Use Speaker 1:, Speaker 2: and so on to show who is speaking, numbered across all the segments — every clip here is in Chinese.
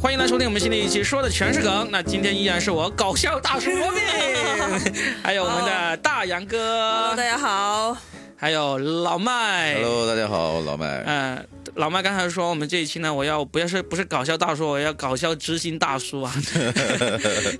Speaker 1: 欢迎来收听我们新的一期，说的全是梗。那今天依然是我搞笑大叔罗宾，还有我们的大杨哥
Speaker 2: 哦 Hello，大，家好。
Speaker 1: 还有老麦。
Speaker 3: Hello，大家好，老麦。
Speaker 1: 嗯，老麦刚才说我们这一期呢，我要不要是不是搞笑大叔，我要搞笑知心大叔啊，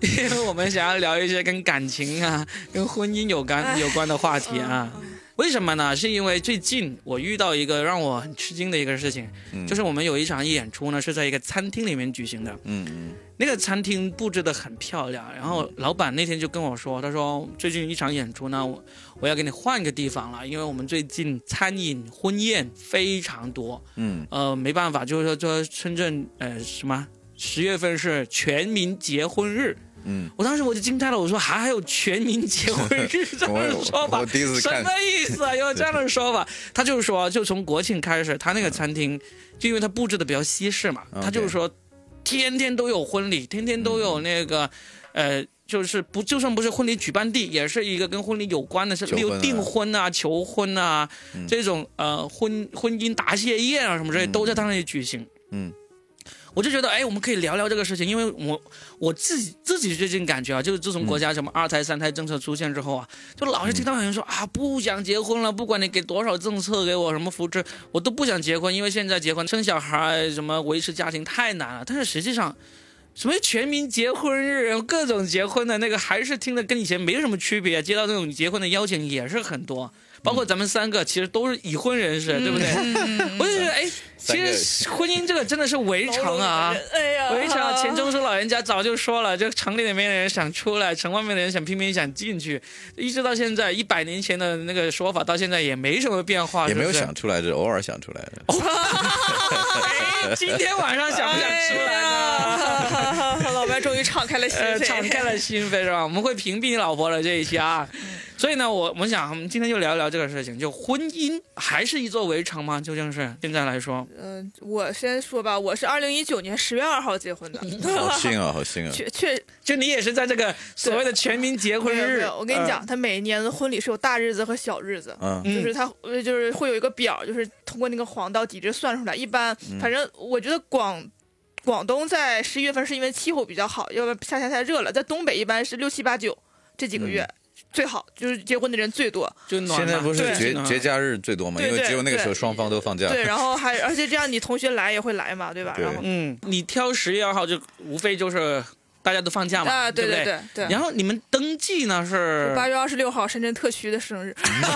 Speaker 1: 因为我们想要聊一些跟感情啊、跟婚姻有关
Speaker 2: 哎
Speaker 1: 有关的话题啊。
Speaker 2: 嗯
Speaker 1: 为什么呢？是因为最近我遇到一个让我很吃惊的一个事情，
Speaker 3: 嗯
Speaker 1: 就是我们有一场演出呢是在一个餐厅里面举行的，
Speaker 3: 嗯嗯
Speaker 1: 那个餐厅布置的很漂亮，然后老板那天就跟我说，他说最近一场演出呢，我我要给你换个地方了，因为我们最近餐饮婚宴非常多，
Speaker 3: 嗯
Speaker 1: 呃，没办法，就是说说深圳呃什么十月份是全民结婚日，
Speaker 3: 嗯，
Speaker 1: 我当时我就惊呆了，我说还还有全民结婚 日这样的说
Speaker 3: 我
Speaker 1: 法
Speaker 3: 我，第一次
Speaker 1: 什
Speaker 3: 看
Speaker 1: 么意思 啊？有这样的说法，他就是说，就从国庆开始，他那个餐厅，就因为他布置的比较西式嘛，
Speaker 3: 嗯 OK 嗯
Speaker 1: 他就是说，天天都有婚礼，天天都有那个，呃。就是不，就算不是婚礼举办地，也是一个跟婚礼有关的，是
Speaker 3: 求
Speaker 1: 例
Speaker 3: 婚啊
Speaker 1: 如订婚啊、求婚啊、
Speaker 3: 嗯
Speaker 1: 这种呃婚婚姻答谢宴啊什么之类，
Speaker 3: 嗯
Speaker 1: 都在他那里举行。
Speaker 3: 嗯
Speaker 1: 我就觉得，哎，我们可以聊聊这个事情，因为我我自己自己最近感觉啊，就是自从国家什么二胎、三胎政策出现之后啊，就老是听到有人说、啊，不想结婚了，不管你给多少政策给我什么扶持，我都不想结婚，因为现在结婚生小孩什么维持家庭太难了。但是实际上，什么全民结婚日，各种结婚的那个，还是听的跟以前没什么区别。接到这种结婚的邀请也是很多，包括咱们三个其实都是已婚人士，对不对？我就觉得，哎，
Speaker 3: 三
Speaker 1: 其
Speaker 3: 个
Speaker 1: 实婚姻这个真的是围城啊。
Speaker 2: 哎呀，
Speaker 1: 围城，钱钟书老人家早就说了，就城里面的人想出来，城外面的人想拼命想进去，一直到现在，一百年前的那个说法到现在也没什么变化，
Speaker 3: 也没有
Speaker 1: 啊是哦不是
Speaker 3: 想出来，只是偶尔想出来的。
Speaker 1: 哎今天晚上想不想出来呢？
Speaker 2: 哎呀 老白终于敞开了心
Speaker 1: 呃，
Speaker 2: 扉，
Speaker 1: 敞开了心扉是吧？我们会屏蔽你老婆的这一期啊，所以呢，我我们想，我们今天就聊一聊这个事情，就婚姻还是一座围城吗？究竟是现在来说，
Speaker 2: 嗯、我先说吧，我是二零一九年十月二号结婚的，
Speaker 3: 好幸啊，好幸啊！
Speaker 2: 确确
Speaker 1: 就你也是在这个所谓的全民结婚
Speaker 2: 没有没
Speaker 1: 日，
Speaker 2: 有。我跟你讲，他每年的婚礼是有大日子和小日子。
Speaker 3: 嗯
Speaker 1: 嗯，
Speaker 2: 就是他，呃就是会有一个表，就是通过那个黄道底值算出来。一般，
Speaker 1: 嗯
Speaker 2: 反正我觉得广广东在十一月份是因为气候比较好，要不然夏天太热了。在东北一般是六七八九这几个月、
Speaker 1: 嗯
Speaker 2: 最好，就是结婚的人最多。
Speaker 1: 就暖
Speaker 3: 现在
Speaker 1: 嘛
Speaker 3: 不是
Speaker 1: 对
Speaker 3: 节
Speaker 1: 暖
Speaker 3: 节假日最多嘛？
Speaker 2: 对
Speaker 3: 因为
Speaker 2: 对
Speaker 3: 只有那个时
Speaker 2: 对
Speaker 3: 候双方都放
Speaker 1: 啊
Speaker 3: 假。
Speaker 2: 对，然后还而且这样你同学来也会来嘛，对吧？
Speaker 3: 对
Speaker 2: 然后
Speaker 1: 嗯，你挑十月二号就无非就是大家都放假嘛，
Speaker 2: 啊，
Speaker 1: 对
Speaker 2: 对
Speaker 1: 不
Speaker 2: 对对。
Speaker 1: 然后你们登记呢是
Speaker 2: 八月二十六号，深圳特区的 生日，
Speaker 1: 啊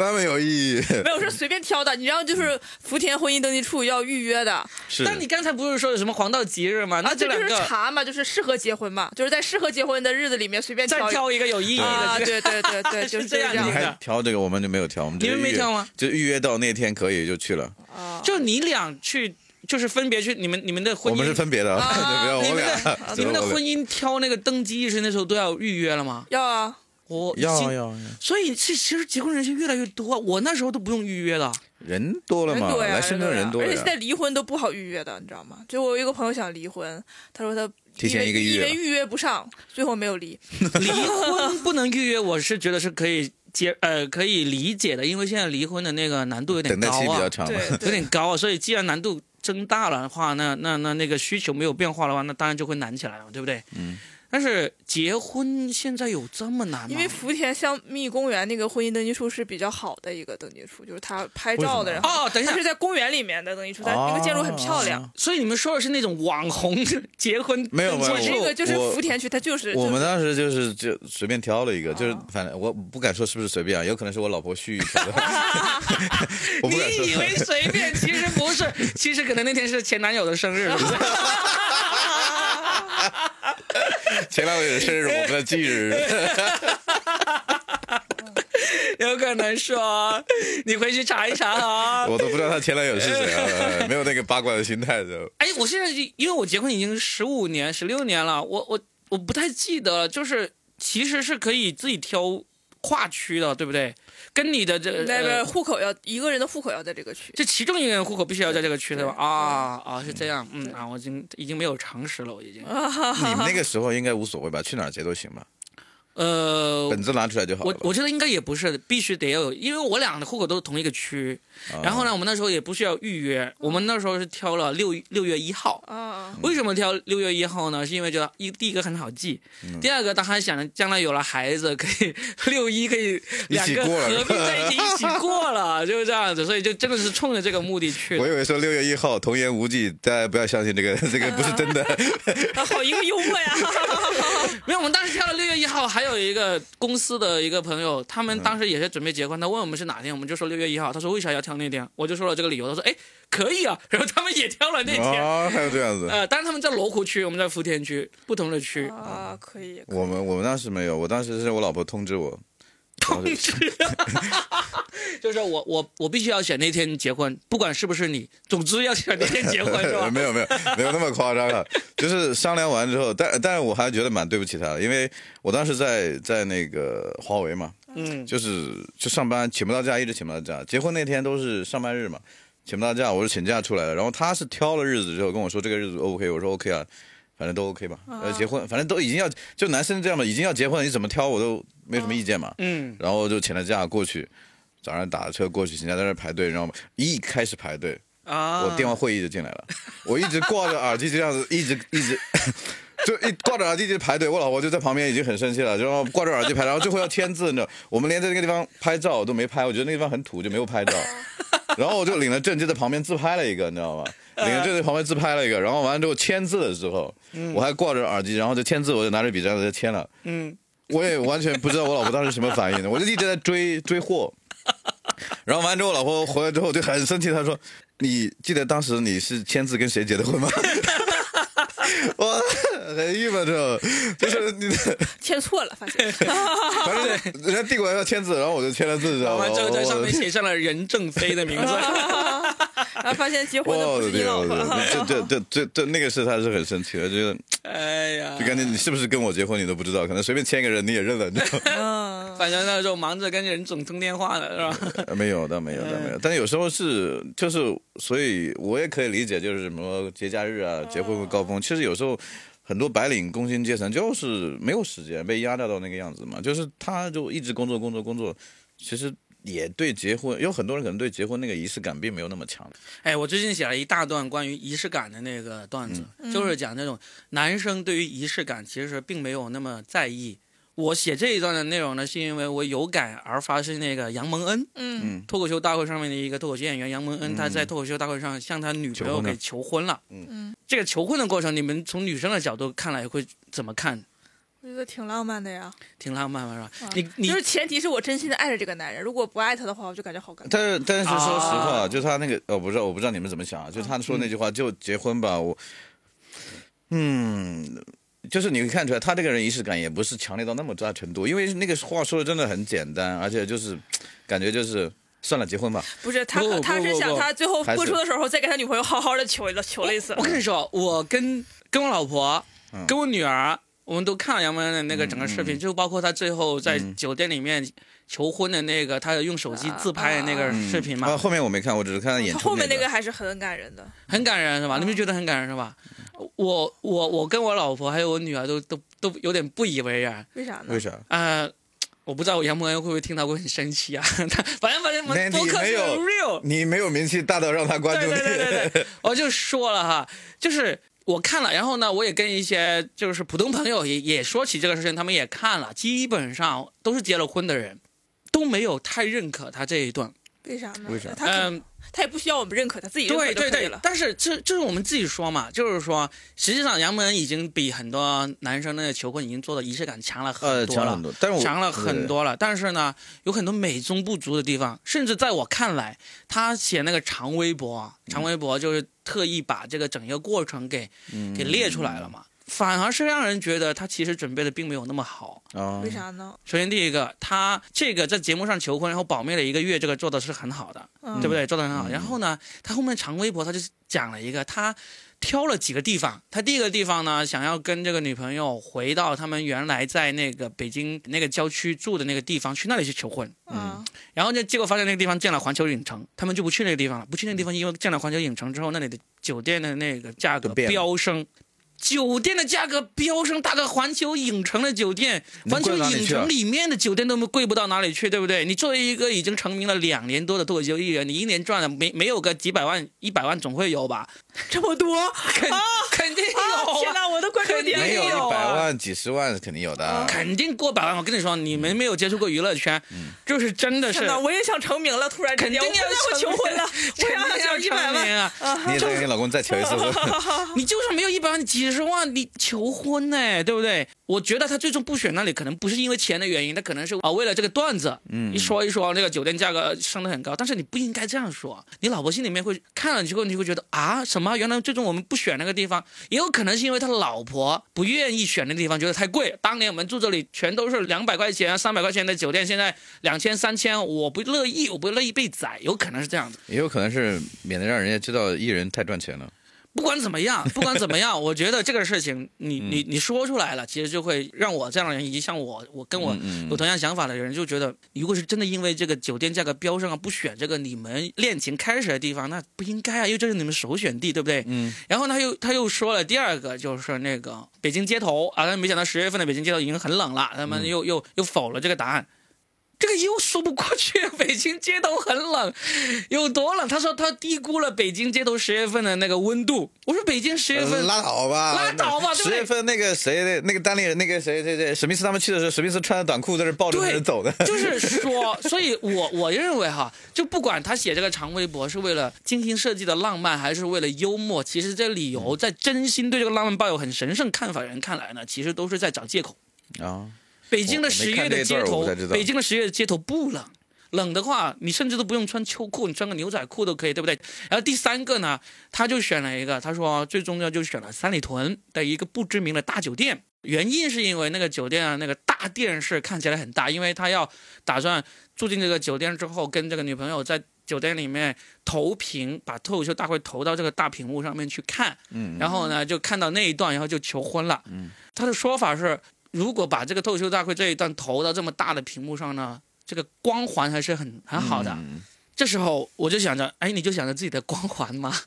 Speaker 3: 那没有意义。
Speaker 2: 没有是随便挑的。你知道，就是
Speaker 1: 嗯
Speaker 2: 福田婚姻登记处要预约的，
Speaker 3: 是，
Speaker 1: 但你刚才不是说有什么黄道吉日吗？那
Speaker 2: 啊，
Speaker 1: 这
Speaker 2: 这
Speaker 1: 两
Speaker 2: 就是
Speaker 1: 个、
Speaker 2: 查嘛，就是适合结婚嘛，就是在适合结婚的日子里面随便
Speaker 1: 再
Speaker 2: 挑
Speaker 1: 挑
Speaker 2: 一个。
Speaker 1: 一个有意义的、
Speaker 2: 啊，对对对对，
Speaker 1: 是
Speaker 2: 就是
Speaker 1: 这样
Speaker 2: 这
Speaker 3: 你
Speaker 1: 的
Speaker 2: 样。
Speaker 3: 还挑这个，我们就没有挑，我们
Speaker 1: 你
Speaker 3: 就
Speaker 1: 们没挑吗？
Speaker 3: 就预约到那天可以就去了。
Speaker 2: 啊
Speaker 1: 就你俩去，就是分别去你们你们的婚
Speaker 3: 我
Speaker 1: 姻，啊
Speaker 3: 们是分别的， 没有
Speaker 1: 你
Speaker 3: 我
Speaker 1: 们
Speaker 3: 俩
Speaker 1: 的。啊你们的婚姻挑那个登记仪式那时候都要预约了吗？
Speaker 2: 要啊，
Speaker 1: 我
Speaker 3: 要
Speaker 1: 新
Speaker 3: 要要，
Speaker 1: 所以其其实结婚人是越来越多，我那时候都不用预约了。
Speaker 3: 人多了
Speaker 2: 人
Speaker 3: 嘛，
Speaker 2: 多呀，
Speaker 3: 来深圳
Speaker 2: 呀
Speaker 3: 人多
Speaker 2: 而且
Speaker 3: 了
Speaker 2: 现。在离婚都不好预约的，你知道吗？就我有一个朋友想离婚，他说他
Speaker 3: 提前一
Speaker 2: 因
Speaker 3: 个
Speaker 2: 为
Speaker 3: 月
Speaker 2: 因为预约不上，最后没有离。
Speaker 1: 离
Speaker 2: 啊
Speaker 1: 婚不能预约，我是觉得是可以接呃可以理解的，因为现在离婚的那个难度有点
Speaker 3: 等待
Speaker 1: 高
Speaker 3: 期比较
Speaker 1: 啊，
Speaker 3: 长嘛。
Speaker 2: 对，
Speaker 1: 有
Speaker 2: 对
Speaker 1: 点高啊，所以既然难度增大了的话，那那那那个需求没有变化的话，那当然就会难起来了，对不对？嗯。但是结婚现在有这么难吗？
Speaker 2: 因为福田香蜜公园那个婚姻登记处是比较好的一个登记处，就是他拍照的
Speaker 3: 为什啊
Speaker 2: 人。
Speaker 1: 哦，等一
Speaker 2: 它
Speaker 1: 下
Speaker 2: 是，在公园里面的登记处，它
Speaker 3: 哦
Speaker 2: 那个建筑很漂亮。
Speaker 1: 所以你们说的是那种网红结婚
Speaker 3: 没有没有
Speaker 1: 登记
Speaker 2: 这
Speaker 1: 处
Speaker 2: 个就是
Speaker 3: 我
Speaker 2: 福田区，它就是
Speaker 3: 我
Speaker 2: 就
Speaker 3: 们
Speaker 2: 是
Speaker 3: 当时就是就随便挑了一个，就是反正我不敢说是不是随便啊，有可能是我老婆蓄意挑 的，我不敢
Speaker 1: 你以
Speaker 3: 说。
Speaker 1: 为随 便，其实不是，其实可能那天是前男友的生日，是不是
Speaker 3: 前两个月生日，我们的忌日，
Speaker 1: 有可能说你回去查一查啊。
Speaker 3: 我都不知道他前男友是谁啊，没有那个八卦的心态的。
Speaker 1: 哎，我现在已因为我结婚已经十五年、十六年了，我我我不太记得了，就是其实是可以自己挑跨区的，对不对？跟你的这
Speaker 2: 那个
Speaker 1: 呃
Speaker 2: 户口要一个人的户口要在这个区。
Speaker 1: 这其中一个人户口必须要在这个区，对吧？
Speaker 2: 对
Speaker 1: 啊啊，是这样，嗯啊，我已经已经没有常识了，我已经。
Speaker 3: 你们那个时候应该无所谓吧？去哪儿结都行吧？
Speaker 1: 呃，
Speaker 3: 本子拿出来就好
Speaker 1: 我
Speaker 3: 了。
Speaker 1: 我觉得应该也不是，必须得要有，因为我俩的户口都是同一个区。
Speaker 3: 啊
Speaker 1: 然后呢，我们那时候也不需要预约，我们那时候是挑了六六月一号。
Speaker 4: 啊，
Speaker 1: 为什么挑六月一号呢？是因为觉得一第一个很好记，
Speaker 3: 嗯
Speaker 1: 第二个当然想着将来有了孩子，可以 六一可以两
Speaker 3: 一起
Speaker 1: 个
Speaker 3: 过了
Speaker 1: 合并在一起一起过 了，就是这样子，所以就真的是冲着这个目的去
Speaker 3: 我以
Speaker 1: 的。
Speaker 3: 为说六月一号童言无忌，大家不要相信这个，这个不是真的。
Speaker 2: 啊
Speaker 4: 好一个幽默 呀！
Speaker 1: 没有，我们当时挑了六月一号，还有一个公司的一个朋友，他
Speaker 3: 嗯
Speaker 1: 们当时也是准备结婚，他问我们是哪天，我们就说六月一号，他说为啥要挑那天，我就说了这个理由，他说哎可以啊，然后他们也挑了 那天。
Speaker 3: 哦，还有这样子。
Speaker 1: 呃，当然他们在罗湖区，我们在福田区，不同的区。
Speaker 4: 啊，可以，
Speaker 3: 我们我们当时没有，我当时是我老婆通知我，
Speaker 1: 通知， 就是我我我必须要选那天结婚，不管是不是你，总之要选那天结婚， 是 吧
Speaker 3: 没？有没有没有那么夸张 啊，就是商量完之后，但但是我还觉得蛮对不起她的，因为我当时在在那个华为嘛，
Speaker 1: 嗯，
Speaker 3: 就是就上班请不到假，一直请不到假，结婚那天都是上班日嘛，请不到假，我是请假出来的，然后她是挑了日子之后跟我说这个日子 O 不 OK，我说 OK 啊。反正都 OK 吧，
Speaker 1: 啊
Speaker 3: 呃，结婚，反正都已经要，就男生这样嘛，已经要结婚了，你怎么挑我都没什么意见嘛。
Speaker 1: 嗯，
Speaker 3: 然后就请了假过去，早上打车过去，请假在那儿排队，然后一开始排队，
Speaker 1: 啊，
Speaker 3: 我电话会议就进来了， 我一直挂着耳机这样子，一直一直。 就一挂着耳机就排队，我老婆就在旁边已经很生气了，然后挂着耳机排，然后最后要签字，你知道，我们连在那个地方拍照我都没拍，我觉得那个地方很土，就没有拍照。然后我就领了证，就在旁边自拍了一个，你知道吗？领了证在旁边自拍了一个，然后完了之后签字的时候，我还挂着耳机，然后就签字，我就拿着笔这样子就签了。
Speaker 1: 嗯，
Speaker 3: 我也完全不知道我老婆当时什么反应的，我就一直在追追货。然后完之后，我老婆回来之后就很生气，她说：“你记得当时你是签字跟谁结的婚吗？”我很郁闷，这就是你，
Speaker 4: 签错了，发现
Speaker 3: 反正人家递过来要签字，然后我就签了字，知
Speaker 1: 完
Speaker 3: 道吗？
Speaker 1: 完之后在上面
Speaker 3: 我
Speaker 1: 写上了任正非的名 字，
Speaker 4: 然后发现结婚的
Speaker 3: 我
Speaker 4: 不
Speaker 3: 的
Speaker 4: 是你
Speaker 3: 天，
Speaker 4: 老
Speaker 3: 我
Speaker 4: 婆，
Speaker 3: 的天这这这这这那个事，他是很生气的，就是
Speaker 1: 哎呀，
Speaker 3: 就感觉你是不是跟我结婚你都不知道，可能随便签一个人你也认了，你知 道吗？
Speaker 4: 嗯，
Speaker 1: 反正那时候忙着跟任总通电话呢，是吧？
Speaker 3: 呃没有，倒没有，倒没有。但有时候是，就是，所以我也可以理解，就是什么节假日啊、结婚会高峰，其实有时候很多白领工薪阶层就是没有时间，被压榨到那个样子嘛，就是他就一直工作、工作、工作，其实。也对结婚，有很多人可能对结婚那个仪式感并没有那么强。
Speaker 1: 哎，我最近写了一大段关于仪式感的那个段子，
Speaker 3: 嗯
Speaker 1: 嗯就是讲那种男生对于仪式感其实并没有那么在意。我写这一段的内容呢，是因为我有感而发，是那个杨蒙恩，
Speaker 4: 嗯，
Speaker 1: 脱口秀大会上面的一个脱口秀演员杨蒙恩，他在脱口秀大会上向他女朋友给嗯求婚了。
Speaker 3: 嗯
Speaker 4: 嗯，
Speaker 1: 这个求婚的过程，你们从女生的角度看来会怎么看？
Speaker 4: 我觉得挺浪漫的呀。
Speaker 1: 挺浪漫吧，是吧
Speaker 4: 啊？
Speaker 1: 你你
Speaker 4: 就是前提是我真心的爱着这个男人，如果不爱他的话，我就感觉好尴尬。
Speaker 3: 但是但是说实话，
Speaker 1: 啊
Speaker 3: 就他那个，我不知道我不知道你们怎么想啊。就他说那句话，就结婚吧，我，嗯，就是你会看出来，他这个人仪式感也不是强烈到那么大程度，因为那个话说的真的很简单，而且就是感觉就是算了，结婚吧。
Speaker 4: 不是他
Speaker 1: 不不，
Speaker 4: 他是
Speaker 1: 不
Speaker 4: 想
Speaker 1: 不
Speaker 4: 他最后
Speaker 3: 还是
Speaker 4: 播出的时候再给他女朋友好好的求了求了一次嗯
Speaker 1: 我。跟你说，我跟跟我老婆
Speaker 3: 嗯，
Speaker 1: 跟我女儿，我们都看了杨蒙恩的那个整个视频，就包括他最后在酒店里面求婚的那个，他用手机自拍的那个视频嘛，
Speaker 3: 啊，后面我没看，我只是看他演
Speaker 4: 他
Speaker 3: 出、
Speaker 4: 后面那个还是很感人的，
Speaker 1: 很感人是
Speaker 4: 嗯
Speaker 1: 吧？你们觉得很感人是吧？我我我跟我老婆还有我女儿都都都有点不以为然
Speaker 4: 为啥呢？
Speaker 3: 为啥？
Speaker 1: 啊。我不知道杨蒙恩会不会听到会很生气啊？ 他反正反正我
Speaker 3: 那
Speaker 1: 们
Speaker 3: 你
Speaker 1: 播客
Speaker 3: 没
Speaker 1: 是
Speaker 3: 有
Speaker 1: real，
Speaker 3: 你没有名气大到让他关注
Speaker 1: 对
Speaker 3: 你。
Speaker 1: 对对对对，我就说了哈，就是我看了，然后呢，我也跟一些就是普通朋友也也说起这个事情，他们也看了，基本上都是结了婚的人，都没有太认可他这一段。
Speaker 4: 为啥呢？
Speaker 3: 为啥
Speaker 4: 他可能
Speaker 1: 嗯，
Speaker 4: 他也不需要我们认可，他自己认可
Speaker 1: 对
Speaker 4: 就
Speaker 1: 对
Speaker 4: 可以
Speaker 1: 对
Speaker 4: 了，。
Speaker 1: 但是这就是我们自己说嘛，就是说，实际上杨门已经比很多男生的求婚已经做的仪式感强了
Speaker 3: 呃，
Speaker 1: 很多
Speaker 3: 强
Speaker 1: 了
Speaker 3: 很。多，但是我
Speaker 1: 强了很。
Speaker 3: 对
Speaker 1: 多了，但是呢，有很多美中不足的地方，甚至在我看来，他写那个长微博，啊，长微博就是特意把这个整一个过程给、给列出来了嘛，反而是让人觉得他其实准备的并没有那么好。
Speaker 3: 啊，
Speaker 4: 为啥呢？
Speaker 1: 首先第一个，他这个在节目上求婚，然后保密了一个月，这个做的是很好的，
Speaker 4: 嗯
Speaker 1: 对不对？做的很好。然后呢，他后面长微博他就讲了一个，他挑了几个地方。他第一个地方呢，想要跟这个女朋友回到他们原来在那个北京那个郊区住的那个地方，去那里去求婚。
Speaker 3: 嗯
Speaker 4: 啊，
Speaker 1: 然后呢，结果发现那个地方建了环球影城，他们就不去那
Speaker 3: 嗯
Speaker 1: 个地方了。不去那个地方，因为建了环球影城之后，那里的酒店的那个价格
Speaker 3: 都变了
Speaker 1: 飙升。酒店的价格飙升，大概环球影城的酒店，
Speaker 3: 能
Speaker 1: 环
Speaker 3: 贵
Speaker 1: 球
Speaker 3: 到哪里
Speaker 1: 影
Speaker 3: 去啊
Speaker 1: 城里面的酒店都贵不到哪里去，对不对？你作为一个已经成名了两年多的脱口秀艺人，你一年赚了没没有个几百万、一百万总会有吧？
Speaker 4: 这么多啊！
Speaker 1: 肯、肯定有、啊
Speaker 4: 天哪，我的关注点
Speaker 1: 肯
Speaker 3: 没
Speaker 1: 定
Speaker 4: 也
Speaker 3: 有一百
Speaker 4: 啊！
Speaker 3: 万、几十万是肯定有的啊。
Speaker 1: 肯定过百万。我跟你说，你们没有接触过娱乐圈，
Speaker 3: 嗯
Speaker 1: 就是真的
Speaker 4: 天
Speaker 1: 是
Speaker 4: 哪，我也想成名了，突然之
Speaker 1: 肯
Speaker 4: 间，
Speaker 1: 定
Speaker 4: 我不
Speaker 1: 要
Speaker 4: 再会求婚了，我
Speaker 1: 肯
Speaker 4: 要
Speaker 1: 定要
Speaker 4: 想一百
Speaker 1: 成名
Speaker 4: 万。
Speaker 1: 啊！
Speaker 3: 你也再跟你老公再求 一次婚，
Speaker 1: 你就算没有一百万，几十万，你求婚呢、对不对？我觉得他最终不选那里，可能不是因为钱的原因，他可能是啊为了这个段子，嗯，一说一说那个酒店价格升得很高，但是你不应该这样说，你老婆心里面会看了之后，你会觉得啊什么？原来最终我们不选那个地方，也有可能是因为他老婆不愿意选那个地方，觉得太贵。当年我们住这里全都是两百块钱、三百块钱的酒店，现在两千、三千，我不乐意，我不乐意被宰，有可能是这样的。
Speaker 3: 也有可能是免得让人家知道艺人太赚钱了。
Speaker 1: 不管怎么样，不管怎么样，我觉得这个事情你你你说出来了，其实就会让我这样的人，以及像我我跟我有同样想法的人，就觉得如果是真的因为这个酒店价格飙升啊，不选这个你们恋情开始的地方，那不应该啊，因为这是你们首选地，对不对？嗯。然后他又他又说了第二个，就是那个北京街头啊，但没想到十月份的北京街头已经很冷了，他们又、又又否了这个答案。这个又说不过去，北京街头很冷，有多冷？他说他低估了北京街头十月份的那个温度。我说北京十月份，
Speaker 3: 拉倒吧，
Speaker 1: 拉倒吧对不
Speaker 3: 十
Speaker 1: 对
Speaker 3: 月份那个谁，那个单立人，那个谁，谁谁，史密斯他们去的时候，史密斯穿着短裤在这抱着
Speaker 1: 对
Speaker 3: 人走的。
Speaker 1: 就是说，所以我我认为哈，就不管他写这个长微博是为了精心设计的浪漫，还是为了幽默，其实这理由在真心对这个浪漫抱有很神圣看法的人看来呢，其实都是在找借口。
Speaker 3: 啊，
Speaker 1: 北京的
Speaker 3: 我没
Speaker 1: 十
Speaker 3: 看
Speaker 1: 月
Speaker 3: 这
Speaker 1: 的
Speaker 3: 一
Speaker 1: 街
Speaker 3: 段我
Speaker 1: 头
Speaker 3: 不太知，道
Speaker 1: 北京的十月的街头不冷，冷的话你甚至都不用穿秋裤，你穿个牛仔裤都可以，对不对？然后第三个呢，他就选了一个，他说最重要就选了三里屯的一个不知名的大酒店，原因是因为那个酒店啊，那个大电视看起来很大，因为他要打算住进这个酒店之后，跟这个女朋友在酒店里面投屏，把脱口秀大会投到这个大屏幕上面去看，
Speaker 3: 嗯
Speaker 1: 然后呢就看到那一段，然后就求婚了，嗯，他的说法是，如果把这个脱口秀大会这一段投到这么大的屏幕上呢，这个光环还是很很好的，
Speaker 3: 嗯
Speaker 1: 这时候我就想着，哎，你就想着自己的光环吗？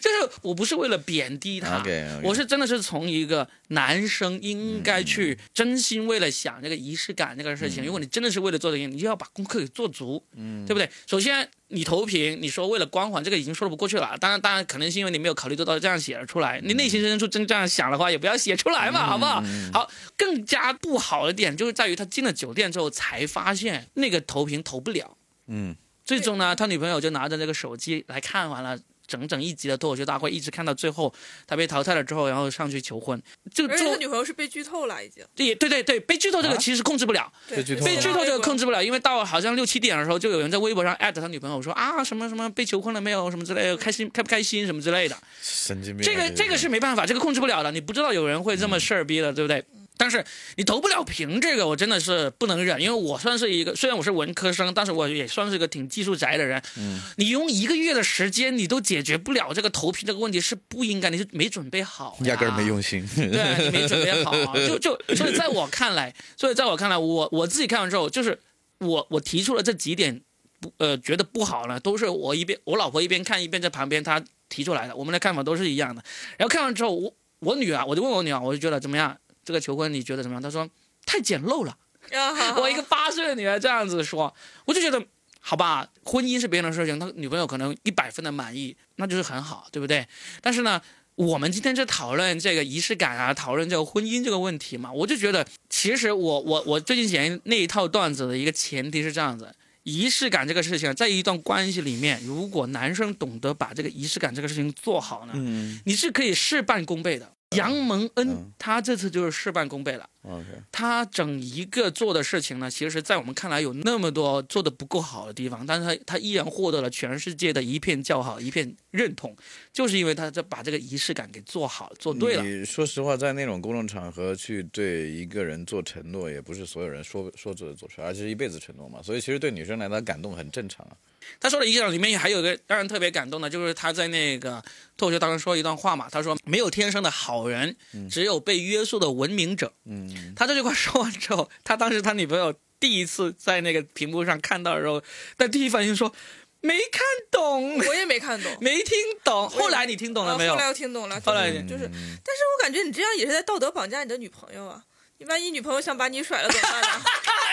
Speaker 1: 就是我不是为了贬低他
Speaker 3: OK，OK
Speaker 1: 啊我是真的是从一个男生应该去真心为了想这个仪式感这个事情。如果你真的是为了做这个事情，你就要把功课给做足，对不对？首先你投屏，你说为了光环，这个已经说得不过去了。当然，当然可能是因为你没有考虑到这样写了出来。你内心深处真这样想的话，也不要写出来嘛，好不好？好，更加不好的点就是在于他进了酒店之后才发现那个投屏投不了。
Speaker 3: 嗯，
Speaker 1: 最终呢，他女朋友就拿着那个手机来看完了整整一集的脱口秀大会，一直看到最后，他被淘汰了之后，然后上去求婚，就
Speaker 4: 而且他
Speaker 1: 做
Speaker 4: 女朋友是被剧透了，已经
Speaker 1: 也对对对，被剧透这个
Speaker 3: 啊
Speaker 1: 其实控制不了，
Speaker 3: 被剧透
Speaker 2: 啊
Speaker 1: 被剧透这个控
Speaker 4: 制。
Speaker 1: 制不了，因为到好像六七点的时候，就有人在微博上艾特他女朋友说啊什么什么被求婚了没有什么之类的，开心开不开心什么之类的，
Speaker 3: 神经病啊。
Speaker 1: 这个这个是没办法，这个控制不了的，你不知道有人会这么事儿逼的，对不对？
Speaker 3: 嗯
Speaker 1: 但是你投不了屏，这个我真的是不能忍，因为我算是一个，虽然我是文科生，但是我也算是一个挺技术宅的人。嗯，你用一个月的时间，你都解决不了这个投屏这个问题，是不应该，你是没准备好，
Speaker 3: 压根儿没。用心。
Speaker 1: 对你没准备好、啊，就就所以在我看来，所以在我看来，我我自己看完之后，就是我我提出了这几点不呃觉得不好呢，都是我一边我老婆一边看一边在旁边她提出来的，我们的看法都是一样的。然后看完之后，我我女儿我就问我女儿，我就觉得怎么样？这个求婚你觉得怎么样？她说太简陋了。
Speaker 4: 啊好好
Speaker 1: 我一 个八岁的女儿这样子说，我就觉得好吧，婚姻是别人的事情，他女朋友可能一百分的满意，那就是很好，对不对？但是呢，我们今天在讨论这个仪式感啊，讨论这个婚姻这个问题嘛，我就觉得其实我我我最近写那一套段子的一个前提是这样子。仪式感这个事情，在一段关系里面，如果男生懂得把这个仪式感这个事情做好呢，
Speaker 3: 嗯
Speaker 1: 你是可以事半功倍的。杨蒙恩、
Speaker 3: 嗯
Speaker 1: 他这次就是事半功倍了。
Speaker 3: ，OK，
Speaker 1: 他整一个做的事情呢，其实，在我们看来有那么多做的不够好的地方，但是他他依然获得了全世界的一片叫好，一片认同，就是因为他这把这个仪式感给做好做对了。
Speaker 3: 你说实话，在那种公众场合去对一个人做承诺，也不是所有人说说做就做出来，而且是一辈子承诺嘛。所以其实对女生来讲，感动很正常啊。
Speaker 1: 他说了一个里面还有一个让人特别感动的，就是他在那个脱口秀当中说了一段话嘛，他说没有天生的好人，只有被约束的文明者。
Speaker 3: 嗯，
Speaker 1: 他这句话说完之后，他当时他女朋友第一次在那个屏幕上看到的时候，在第一反应说没看懂。
Speaker 4: 我也没
Speaker 2: 没看懂。
Speaker 1: 没听懂。
Speaker 2: 也
Speaker 1: 后来你听懂了
Speaker 2: 啊
Speaker 1: 没有
Speaker 2: 后？来我听懂了，
Speaker 1: 后来
Speaker 2: 就是就是，但
Speaker 3: 嗯
Speaker 2: 是我感觉你这样也是在道德绑架你的女朋友啊！你万一女朋友想把你甩了怎么办呢？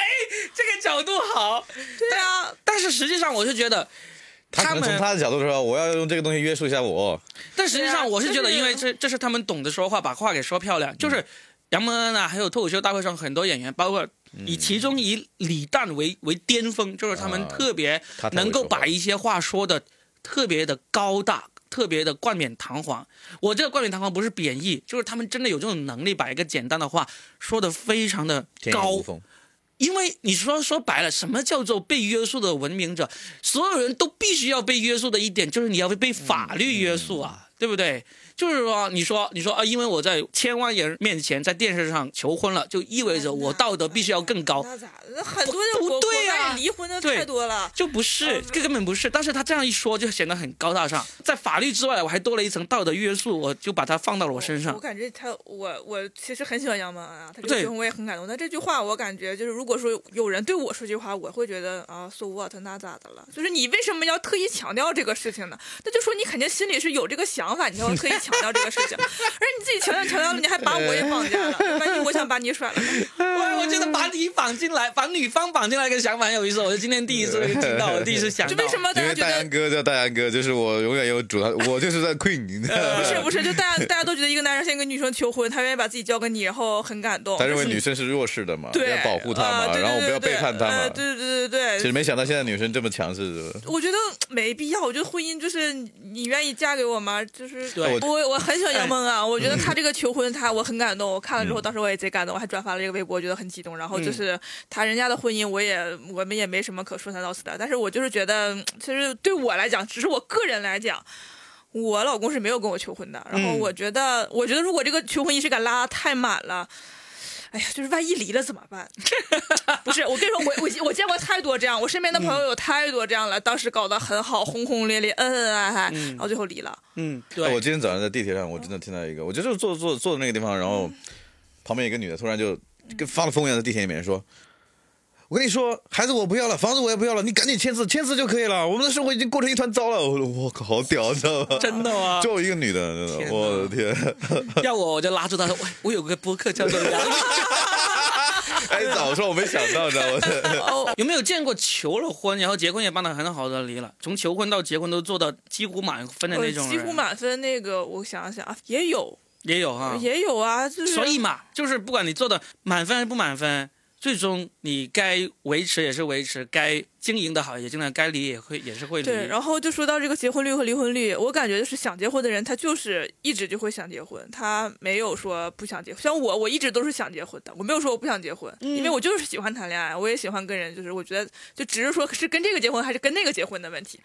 Speaker 1: 这个角度好，
Speaker 2: 对啊，
Speaker 1: 但是实际上我是觉得，
Speaker 3: 他可能从
Speaker 1: 们，
Speaker 3: 他的角度说，我要用这个东西约束一下我。
Speaker 1: 但实际上我是觉得，
Speaker 2: 对啊
Speaker 1: 因为这这是他们懂得说话，把话给说漂
Speaker 3: 嗯
Speaker 1: 亮，就是。杨蒙恩啊，还有脱口秀大会上很多演员，包括以其中以李诞为为巅峰，就是他们
Speaker 3: 啊
Speaker 1: 特别
Speaker 3: 他太会
Speaker 1: 能够
Speaker 3: 说话
Speaker 1: 把一些话说的特别的高大，特别的冠冕堂皇。我这个冠冕堂皇不是贬义，就是他们真的有这种能力，把一个简单的话说的非常的
Speaker 3: 天衣
Speaker 1: 高
Speaker 3: 无。缝，
Speaker 1: 因为你说说白了，什么叫做被约束的文明者？所有人都必须要被约束的一点，就是你要被法律约束
Speaker 2: 嗯
Speaker 1: 啊，对不对？就是说，你说你说啊，因为我在千万人面前在电视上求婚了，就意味着我道德必须要更高。
Speaker 2: 那咋的？那很多人
Speaker 1: 不
Speaker 2: 国
Speaker 1: 不对啊
Speaker 2: 国外离婚的太多了。
Speaker 1: 就不是
Speaker 2: 嗯，
Speaker 1: 这根本不是。但是他这样一说，就显得很高大上。在法律之外，我还多了一层道德约束，我就把它放到了我身
Speaker 2: 我
Speaker 1: 上。
Speaker 2: 感觉他，我我其实很喜欢杨蒙恩啊，他这个
Speaker 1: 对
Speaker 2: 结婚我也很感动。但这句话我感觉就是，如果说有人对我说这句话，我会觉得啊，so what，那咋的了？就是你为什么要特意强调这个事情呢？那就说你肯定心里是有这个想法，你才会特意强调这个事情。而你自己强调强调了，你还把我也绑架了，万一我想把你甩了呢？
Speaker 1: 哎我 我觉得把你绑进来，把女方绑进来，这个想法很有意思。我是今天第一次听到，我第一次 想到。
Speaker 2: 就为什么大家
Speaker 3: 因为
Speaker 2: 觉
Speaker 3: 大
Speaker 2: 得
Speaker 3: 安哥叫大安哥，就是我永远有主要，我就是在 Queen。
Speaker 2: 不呃是不是，就大家大家都觉得一个男人先跟女生求婚，他愿意把自己交给你，然后很感动。
Speaker 3: 他认为
Speaker 2: 但是
Speaker 3: 女生是弱势的嘛，
Speaker 2: 对
Speaker 3: 要保护她
Speaker 2: 呃
Speaker 3: 嘛，
Speaker 2: 对对
Speaker 3: 然后我不要
Speaker 2: 对
Speaker 3: 背
Speaker 2: 对
Speaker 3: 叛她
Speaker 2: 呃
Speaker 3: 嘛。
Speaker 2: 对对对
Speaker 3: 其
Speaker 2: 对
Speaker 3: 实
Speaker 2: 对。
Speaker 3: 没想到现在女生这么强势，是吧
Speaker 2: 我觉得没必要，我觉得婚姻就是你你愿意嫁给我吗？就是
Speaker 1: 对
Speaker 2: 我我很喜欢杨梦啊，我觉得他这个求婚他我很感动，我看了之后当时我也贼感动，我还转发了这个微博，觉得很激动。然后就是他人家的婚姻，我也我们也没什么可说三道四的，但是我就是觉得，嗯其实对我来讲，只是我个人来讲，我老公是没有跟我求婚的，然后
Speaker 1: 嗯
Speaker 2: 我觉得，我觉得如果这个求婚仪式感拉得太满了。哎呀，就是万一离了怎么办？ 不是，我跟你说，我我我见过太多这样，我身边的朋友有太多这样了。当时搞得很好，轰轰烈烈，恩恩爱爱，然后最后离了。
Speaker 1: 嗯，
Speaker 3: 哎我
Speaker 1: 对，
Speaker 3: 今天早上在地铁上，我真的听到一个，我就是坐坐坐的那个地方，然后旁边一个女的突然就
Speaker 2: 嗯
Speaker 3: 跟发了疯一样在地铁里面说：“我跟你说，孩子我不要了，房子我也不要了，你赶紧签字，签字就可以了。我们的生活已经过成一团糟了。”我说：“我靠，好屌，你知 道吗？”
Speaker 1: 真的 吗？
Speaker 3: 就我一个女的，真
Speaker 1: 天
Speaker 3: 的，
Speaker 1: 哪
Speaker 3: 我的 天！
Speaker 1: 要我我就拉住他说，喂，我有个播客叫做《杨
Speaker 3: 哎，早说我没想到，你知道吗？
Speaker 2: 哦，
Speaker 1: 有没有见过求了婚，然后结婚也办得很好的离了，从求婚到结婚都做到几乎满分的
Speaker 2: 我
Speaker 1: 那种人？
Speaker 2: 呃哦几乎满分那个，我想想啊，也有，
Speaker 1: 也有哈，
Speaker 2: 也有啊，就是
Speaker 1: 所以嘛，就是不管你做的满分还是不满分，最终你该维持也是维持，该经营的好也经营，该离也会也是会离。
Speaker 2: 对，然后就说到这个结婚率和离婚率，我感觉就是想结婚的人，他就是一直就会想结婚，他没有说不想结婚。像我，我一直都是想结婚的，我没有说我不想结婚，因为我就是喜欢谈恋爱，我也喜欢跟人，就是我觉得就只是说是跟这个结婚还是跟那个结婚的问题。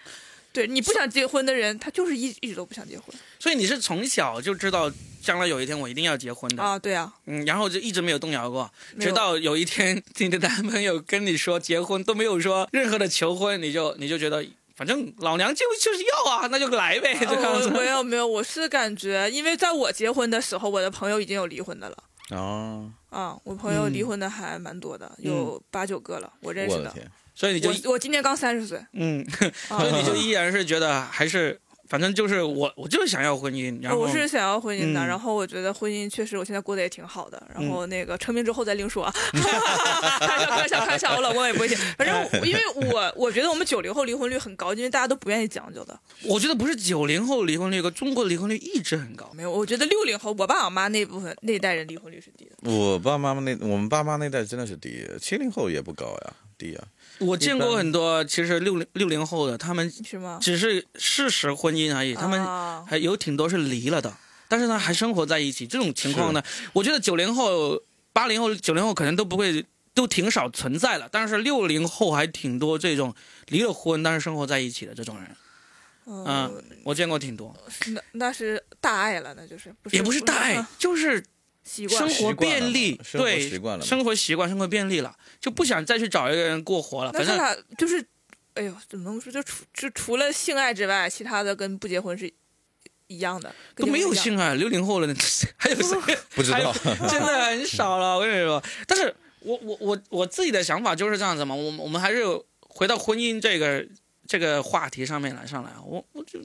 Speaker 2: 对你不想结婚的人，他就是一一直都不想结婚
Speaker 1: 所以你是从小就知道将来有一天我一定要结婚的，
Speaker 2: 啊，对 啊，
Speaker 1: 嗯，然后就一直没有动摇过，
Speaker 2: 没有
Speaker 1: 直到有一天你的男朋友跟你说结婚都没有说任何的求婚，你就你就觉得反正老娘就就是要啊，那就来呗， 这样
Speaker 2: 我
Speaker 1: 子。
Speaker 2: 我也哦没有，我是感觉，因为在我结婚的时候，我的朋友已经有离婚的了。
Speaker 3: 哦，
Speaker 2: 啊、我朋友离
Speaker 1: 嗯
Speaker 2: 婚的还蛮多的，有八九个了，我认
Speaker 3: 嗯我
Speaker 2: 识
Speaker 3: 的
Speaker 2: 的。
Speaker 3: 天！
Speaker 1: 所以你就
Speaker 2: 我我今年刚三 十岁，
Speaker 1: 嗯，
Speaker 2: 啊
Speaker 1: 所以你 就依然是觉得还是反正就是我我就是想要婚姻，然后
Speaker 2: 我是想要婚姻的，
Speaker 1: 嗯
Speaker 2: 然后我觉得婚姻确实我现在过得也挺好的，然
Speaker 3: 嗯
Speaker 2: 后那个成名之后再另 说啊，开玩笑开玩笑开玩笑，我老公也不会听，反正我因为我我觉得我们九零后离婚率很高，因为大家都不愿意讲究的，
Speaker 1: 我觉得不是九零后离婚率高，中国离婚率一直很高。
Speaker 2: 没有，我觉得六零后我爸我妈那部分那一代人离婚率是低的，
Speaker 3: 我爸妈那我们爸妈那代真的是低，七零后也不高呀，低呀。
Speaker 1: 我见过很多，其实六零六零后的，他们
Speaker 2: 是吗？
Speaker 1: 只是事实婚姻而已，他们
Speaker 2: 啊
Speaker 1: 还有挺多是离了的，但是呢还生活在一起。这种情况呢，我觉得九零后、八零后、九零后可能都不会，都挺少存在了。但是六零后还挺多这种离了婚但是生活在一起的这种人，
Speaker 2: 嗯、
Speaker 1: 嗯，我见过挺多，
Speaker 2: 那那是大爱了，那就是不是
Speaker 1: 也不是大爱，就是
Speaker 2: 习惯
Speaker 1: 生
Speaker 2: 了
Speaker 1: 活便利，
Speaker 3: 习惯
Speaker 1: 对，
Speaker 3: 了嘛生活习惯了嘛
Speaker 1: 生活习惯，生活便利了，就不想再去找一个人过活了。
Speaker 2: 那
Speaker 1: 啊反
Speaker 2: 他
Speaker 1: 正
Speaker 2: 俩就是，哎呦，怎么能说？就除就除了性爱之外，其他的跟不结婚是一样的，
Speaker 1: 都没有
Speaker 2: 性。
Speaker 1: 性爱，六零后了， 还有谁？
Speaker 3: 不知道
Speaker 1: 还有真的很少了。我跟你说，但是我我我我自己的想法就是这样子嘛。我们我们还是回到婚姻这个这个话题上面来上来，啊我我就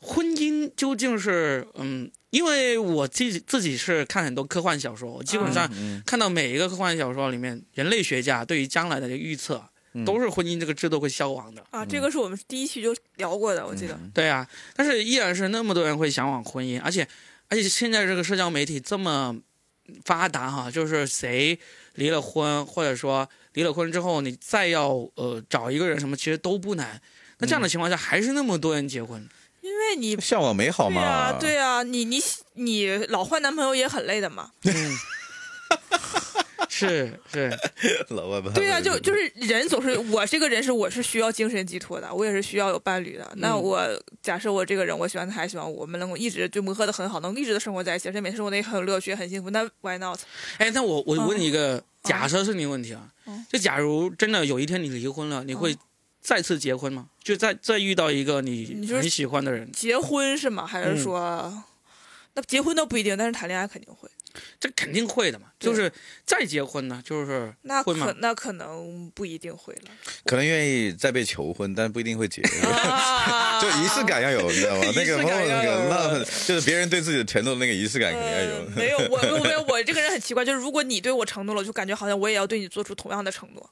Speaker 1: 婚姻究竟是嗯，因为我自己自己是看很多科幻小说，我基
Speaker 2: 嗯
Speaker 1: 本上
Speaker 3: 嗯
Speaker 1: 看到每一个科幻小说里面，人类学家对于将来的预测
Speaker 3: 嗯
Speaker 1: 都是婚姻这个制度会消亡的。
Speaker 2: 啊，这个是我们第一期就聊过的，我记得。
Speaker 1: 对啊，但是依然是那么多人会向往婚姻，而且而且现在这个社交媒体这么发达哈，就是谁离了婚，或者说离了婚之后你再要呃找一个人什么，其实都不难。那
Speaker 2: 嗯
Speaker 1: 这样的情况下，还是那么多人结婚，
Speaker 2: 因为你
Speaker 3: 向往美好
Speaker 2: 对
Speaker 3: 嘛。
Speaker 2: 啊，对啊，你你你老换男朋友也很累的嘛。
Speaker 1: 嗯，是是，
Speaker 3: 老外们
Speaker 2: 对啊，就就是人总是我这个人是我是需要精神寄托的，我也是需要有伴侣的。那我假设我这个人我喜欢他，还喜欢我，我们能够一直就磨合的很好，能够一直的生活在一起，而且每天生活的也很有乐趣，很幸福。那 why not？
Speaker 1: 哎，那我我
Speaker 2: 哦
Speaker 1: 问你一个假设性的问题啊，
Speaker 2: 嗯
Speaker 1: 就假如真的有一天你离婚了，你会
Speaker 2: 哦
Speaker 1: 再次结婚吗？就再再遇到一个你
Speaker 2: 你就是
Speaker 1: 很喜欢的人，
Speaker 2: 结婚是吗？
Speaker 1: 嗯
Speaker 2: 还是说、那结婚都不一定，但是谈恋爱肯定会。
Speaker 1: 这肯定会的嘛。
Speaker 2: 对
Speaker 1: 就是再结婚呢，就是
Speaker 2: 那
Speaker 1: 会吗
Speaker 2: 可那可能不一定 会了。
Speaker 3: 可能愿意再被求婚，但不一定会 结婚。
Speaker 2: 啊
Speaker 3: 就仪式。感要有，你知道吗？那个
Speaker 2: 仪式感要有
Speaker 3: 那个就是别人对自己的承诺的那个仪式感肯定要
Speaker 2: 呃
Speaker 3: 有。
Speaker 2: 没有我，我没有，我这个人很奇怪，就是如果你对我承诺了，我就感觉好像我也要对你做出同样的承 诺。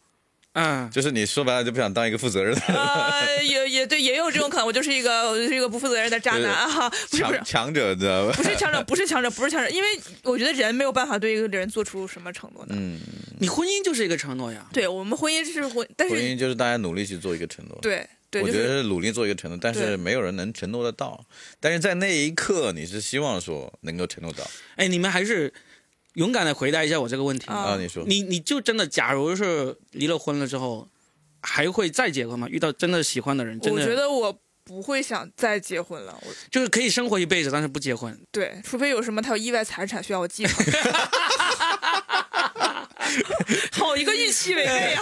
Speaker 1: 嗯，
Speaker 3: 就是你说白了就不想当一个负责任 的人，
Speaker 2: 呃，也也对，也有这种可能，我就是一个，我就是一个不负责任的渣男啊！不是不是
Speaker 3: 强强者，你知道吧？
Speaker 2: 不是强者，不 是强者，不是强者，因为我觉得人没有办法对一个人做出什么承诺的。
Speaker 3: 嗯，
Speaker 1: 你婚姻就是一个承诺呀。
Speaker 2: 对我们婚姻是婚，但
Speaker 3: 婚姻
Speaker 2: 是
Speaker 3: 就是大家努力去做一个承诺。，
Speaker 2: 对对，
Speaker 3: 我
Speaker 2: 就
Speaker 3: 觉
Speaker 2: 是
Speaker 3: 得是努力做一个承诺，但
Speaker 2: 对
Speaker 3: 是没有人能承诺得到。但是在那一刻，你是希望说能够承诺到
Speaker 1: 哎，你们还是勇敢的回答一下我这个问题。
Speaker 2: 啊
Speaker 3: 啊？你说，
Speaker 1: 你你就真的，假如是离了婚了之后，还会再结婚吗？遇到真的喜欢的人，真
Speaker 2: 我
Speaker 1: 的
Speaker 2: 觉得我不会想再结婚了。我
Speaker 1: 就是可以生活一辈子，但是不结婚。
Speaker 2: 对，除非有什么他有意外财产需要我继承。 好一个预期违背 啊！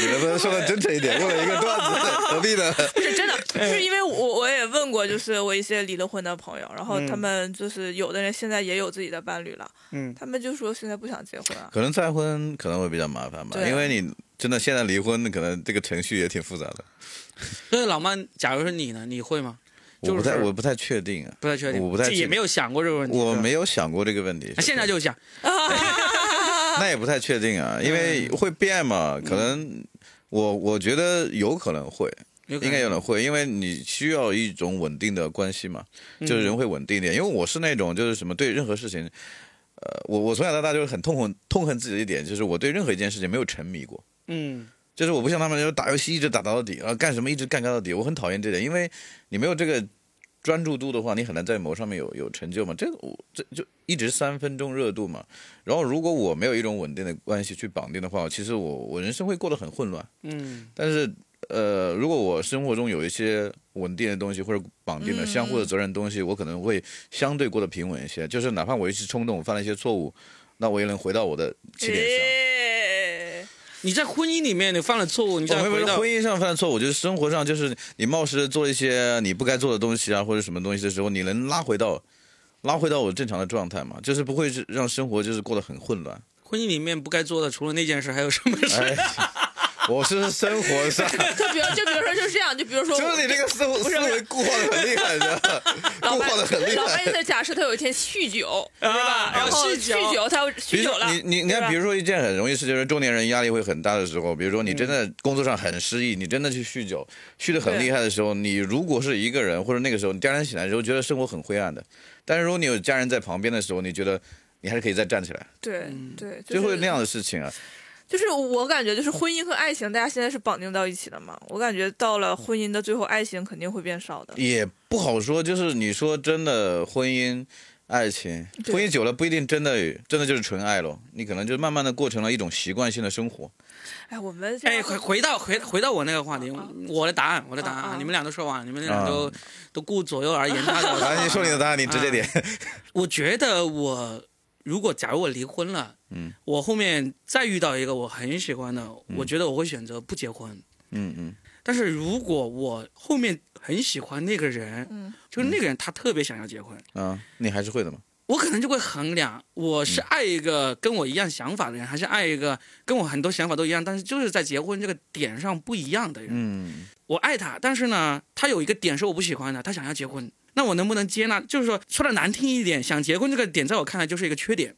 Speaker 3: 你能不能说的真诚一点？为了一个段子，何必呢？
Speaker 2: 不是真的，就是因为我我也问过，就是我一些离了婚的朋友，然后
Speaker 3: 嗯
Speaker 2: 他们就是有的人现在也有自己的伴侣了，
Speaker 1: 嗯，
Speaker 2: 他们就说现在不想结婚啊。
Speaker 3: 可能再婚可能会比较麻烦吧，
Speaker 2: 对啊
Speaker 3: 因为你真的现在离婚，可能这个程序也挺复杂的。
Speaker 1: 所以老曼，假如是你呢，你会吗？
Speaker 3: 我不
Speaker 1: 就
Speaker 3: 太
Speaker 1: 是
Speaker 3: 我不太确定啊，
Speaker 1: 不太确定，
Speaker 3: 我不太
Speaker 1: 自己也
Speaker 3: 确定
Speaker 1: 没有想过这个问题。
Speaker 3: 我
Speaker 1: 是吧
Speaker 3: 没有想过这个问题。
Speaker 1: 啊现在就想，
Speaker 3: 那也不太确定啊，因为会变嘛，可能我我觉得有可能会，
Speaker 1: 有可能
Speaker 3: 应该有人会，因为你需要一种稳定的关系嘛，就是人会稳定一点。因为我是那种就是什么对任何事情，呃，我我从小到大就是很痛恨痛恨自己的一点，就是我对任何一件事情没有沉迷过。
Speaker 1: 嗯，
Speaker 3: 就是我不像他们，就是打游戏一直打到底，然啊后干什么一直干干到底，我很讨厌这点，因为你没有这个专注度的话，你很难在某上面有有成就嘛。这我这就一直三分钟热度嘛。然后如果我没有一种稳定的关系去绑定的话，其实我我人生会过得很混乱。
Speaker 1: 嗯，
Speaker 3: 但是呃，如果我生活中有一些稳定的东西或者绑定的相互的责任的东西，我可能会相对过得平稳一些。就是哪怕我一时冲动犯了一些错误，那我也能回到我的起点上。
Speaker 2: 哎
Speaker 1: 你在婚姻里面你犯了错误，你
Speaker 3: 我
Speaker 1: 再
Speaker 3: 们不
Speaker 1: 回
Speaker 3: 是
Speaker 1: 到
Speaker 3: 婚姻上犯错，我觉得生活上就是你冒失地做一些你不该做的东西啊，或者什么东西的时候，你能拉回到拉回到我正常的状态嘛？就是不会是让生活就是过得很混乱。
Speaker 1: 婚姻里面不该做的，除了那件事还有什么事？
Speaker 3: 哎，我是生活上，
Speaker 2: 就比如就比如说就是这样，就比如说
Speaker 3: 就是你这个思维思维固化的很厉害，你知道吧？
Speaker 2: 老
Speaker 3: 固
Speaker 2: 白
Speaker 3: 化的很厉
Speaker 2: 老白
Speaker 3: 害。
Speaker 2: 他假设他有一天酗酒，
Speaker 1: 啊
Speaker 2: 是吧？
Speaker 1: 然
Speaker 2: 然
Speaker 1: 后
Speaker 2: 后
Speaker 1: 酗酒
Speaker 2: 酗酒，他
Speaker 3: 比
Speaker 2: 酗
Speaker 3: 如
Speaker 2: 酒
Speaker 3: 说
Speaker 2: 了。
Speaker 3: 你你你看，比如说一件很容易事，就是中年人压力会很大的时候，比如说你真
Speaker 2: 嗯
Speaker 3: 的工作上很失意，你真的去酗酒，酗的很厉害的时候，你如果是一个人，或者那个时候你第二天醒来的时候，觉得生活很灰暗的，但是如果你有家人在旁边的时候，你觉得你还是可以再站起来，
Speaker 2: 对
Speaker 1: 嗯
Speaker 2: 对，
Speaker 3: 就会
Speaker 2: 是
Speaker 3: 有那样的事情啊。
Speaker 2: 就是我感觉，就是婚姻和爱情，大家现在是绑定到一起的嘛。我感觉到了婚姻的最后，爱情肯定会变少的。
Speaker 1: 嗯
Speaker 3: 也不好说，就是你说真的婚姻。爱情，
Speaker 2: 对
Speaker 3: 婚姻久了不一定真的真的就是纯爱咯，你可能就慢慢的过成了一种习惯性的 生活。
Speaker 2: 哎，我们这
Speaker 1: 哎，回回到回回到我那个话题，我的答案，我的答案，
Speaker 2: 啊啊
Speaker 1: 你们俩都说完了，你们俩都、都顾左右而言他 的。
Speaker 3: 啊来，啊你说你的答案，你直接点。
Speaker 1: 我觉得我如果假如我离婚了，嗯，我后面再遇到一个我很喜欢的，我觉得我会选择不结婚。
Speaker 3: 嗯嗯，
Speaker 1: 但是如果我后面很喜欢那个人，
Speaker 2: 嗯
Speaker 1: 就是那个人他特别想要结婚，
Speaker 3: 嗯啊，你还是会的嘛。
Speaker 1: 我可能就会衡量，我
Speaker 3: 嗯
Speaker 1: 是爱一个跟我一样想法的人，还是爱一个跟我很多想法都一样，但是就是在结婚这个点上不一样的人。
Speaker 3: 嗯，
Speaker 1: 我爱他，但是呢，他有一个点是我不喜欢的，他想要结婚，那我能不能接纳？就是说，说的难听一点，想结婚这个点，在我看来就是一个缺点。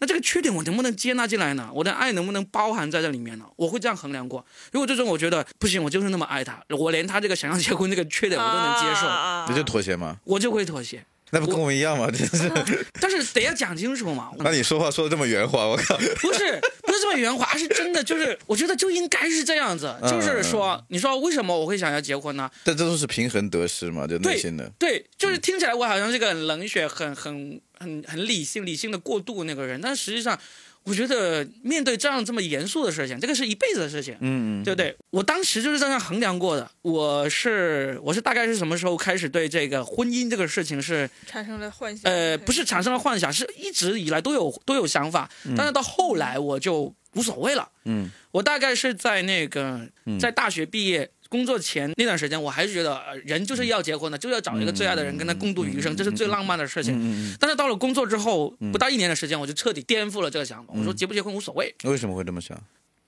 Speaker 1: 那这个缺点我能不能接纳进来呢？我的爱能不能包含在这里面呢？我会这样衡量过。如果最终我觉得不行，我就是那么爱他，我连他这个想要结婚这个缺点我都能接受，
Speaker 2: 啊
Speaker 3: 那就妥协嘛，
Speaker 1: 我就会妥协。
Speaker 3: 那不跟我们一样吗？真 是，
Speaker 1: 但是得要讲清楚嘛，
Speaker 3: 那你说话说的这么圆滑，我靠，
Speaker 1: 不是不是这么圆滑，是真的，就是我觉得就应该是这样子，
Speaker 3: 嗯
Speaker 1: 就是说，你说为什么我会想要结婚呢？
Speaker 3: 但这都是平衡得失嘛，就内心的，
Speaker 1: 对，就是听起来我好像是个很冷血、很很很很理性、理性的过度那个人，但实际上，我觉得面对这样这么严肃的事情，这个是一辈子的事情，
Speaker 3: 嗯嗯，
Speaker 1: 对不对？我当时就是这样衡量过的。我是我是大概是什么时候开始对这个婚姻这个事情是
Speaker 2: 产生了幻想。
Speaker 1: 呃不是产生了幻想，是一直以来都有都有想法，但是到后来我就无所谓了。
Speaker 3: 嗯
Speaker 1: 我大概是在那个
Speaker 3: 嗯
Speaker 1: 在大学毕业。工作前那段时间，我还是觉得呃人
Speaker 3: 嗯
Speaker 1: 就是要结婚的，就要找一个最爱的人，跟他共度余生，这是最浪漫的事情。
Speaker 3: 嗯
Speaker 1: 但是到了工作之后，不到一年的时间，我就彻底颠覆了这个想法。我说结不结婚无所谓，
Speaker 3: 嗯，为什么会这么想？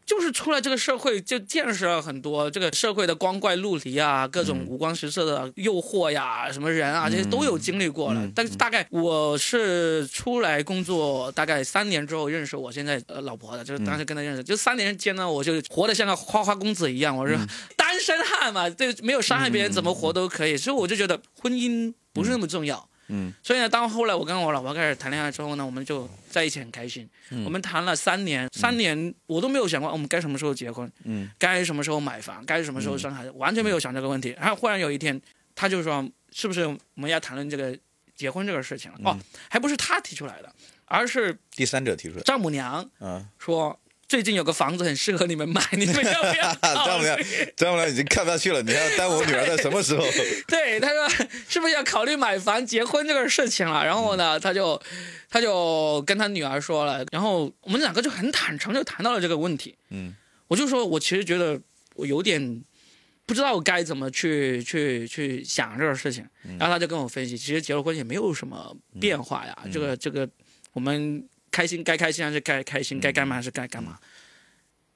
Speaker 1: 就是出来这个社会就见识了很多这个社会的光怪陆离啊，各
Speaker 3: 嗯
Speaker 1: 种五光十色的诱惑呀，什么人啊，这些都有经历过
Speaker 3: 嗯
Speaker 1: 了。但是大概我是出来工作大概三年之后认识我现在呃老婆的，就是
Speaker 3: 嗯
Speaker 1: 当时跟她认识，就三年间呢，我就活得像个花花公子一样，我
Speaker 3: 嗯
Speaker 1: 是 单身汉嘛，对，没有伤害别人，怎么活都可以。所以我就觉得婚姻不是那么重要。
Speaker 3: 嗯
Speaker 1: 所以呢，当后来我跟我老婆开始谈恋爱之后呢，我们就在一起很开心。
Speaker 3: 嗯
Speaker 1: 我们谈了三年，三年我都没有想过我们该什么时候结婚，
Speaker 3: 嗯
Speaker 1: 该什么时候买房，该什么时候生孩子，完全没有想这个问题。然后忽然有一天，他就说：“是不是我们要谈论这个结婚这个事情
Speaker 3: 嗯
Speaker 1: 了？”哦，还不是他提出来的，而是
Speaker 3: 第三者提出来，
Speaker 1: 丈母娘
Speaker 3: 啊，
Speaker 1: 说。最近有个房子很适合你们买，你们要不 要考虑？
Speaker 3: 丈母娘，丈母娘已经看不下去了，你还要耽误我女儿在什么 时候？
Speaker 1: 对，他说是不是要考虑买房、结婚这个事情了？然后
Speaker 3: 嗯
Speaker 1: 呢，他就他就跟他女儿说了，然后我们两个就很坦诚，就谈到了这个问题。
Speaker 3: 嗯，
Speaker 1: 我就说我其实觉得我有点不知道该怎么去去去想这个事情。
Speaker 3: 嗯
Speaker 1: 然后他就跟我分析，其实结了婚也没有什么变化呀，
Speaker 3: 嗯
Speaker 1: 这个这个我们开心该开心还是该开心，该干嘛还是该干
Speaker 3: 嗯
Speaker 1: 嘛。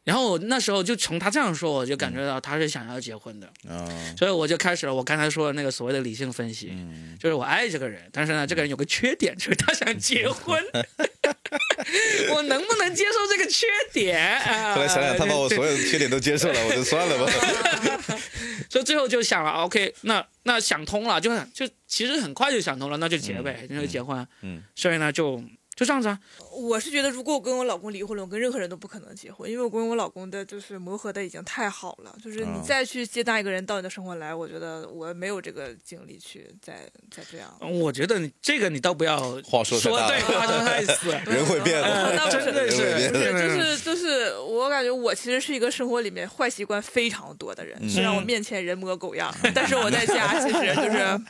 Speaker 1: 然后那时候就从他这样说，我就感觉到他是想要结婚的。
Speaker 3: 啊，
Speaker 1: 所以我就开始了我刚才说的那个所谓的理性分析，
Speaker 3: 嗯
Speaker 1: 就是我爱这个人，但是呢，这个人有个缺点，就是他想结 婚，我能不能接受这个缺点 啊？
Speaker 3: 后来想想，他把我所有的缺点都接受了，我就算了吧。
Speaker 1: 所以最后就想了，OK，那那想通了，就就其实很快就想通了，那就结呗，那就结婚。啊
Speaker 3: 嗯，
Speaker 1: 所以呢，就就这样子啊。
Speaker 2: 我是觉得，如果我跟我老公离婚了，我跟任何人都不可能结婚，因为我跟我老公的就是磨合的已经太好了，就是
Speaker 3: 嗯
Speaker 2: 你再去接纳一个人到你的生活来，我觉得我没有这个精力去再再这样。
Speaker 1: 我觉得你这个你倒不要
Speaker 3: 话说太大了
Speaker 1: 对，话说太死。
Speaker 3: 人会变的，
Speaker 2: 嗯那
Speaker 1: 真的是嗯
Speaker 3: 人会变的
Speaker 2: 对，就是就是，我感觉我其实是一个生活里面坏习惯非常多的
Speaker 3: 嗯
Speaker 2: 人，虽然我面前人模狗样， 但是我在家其实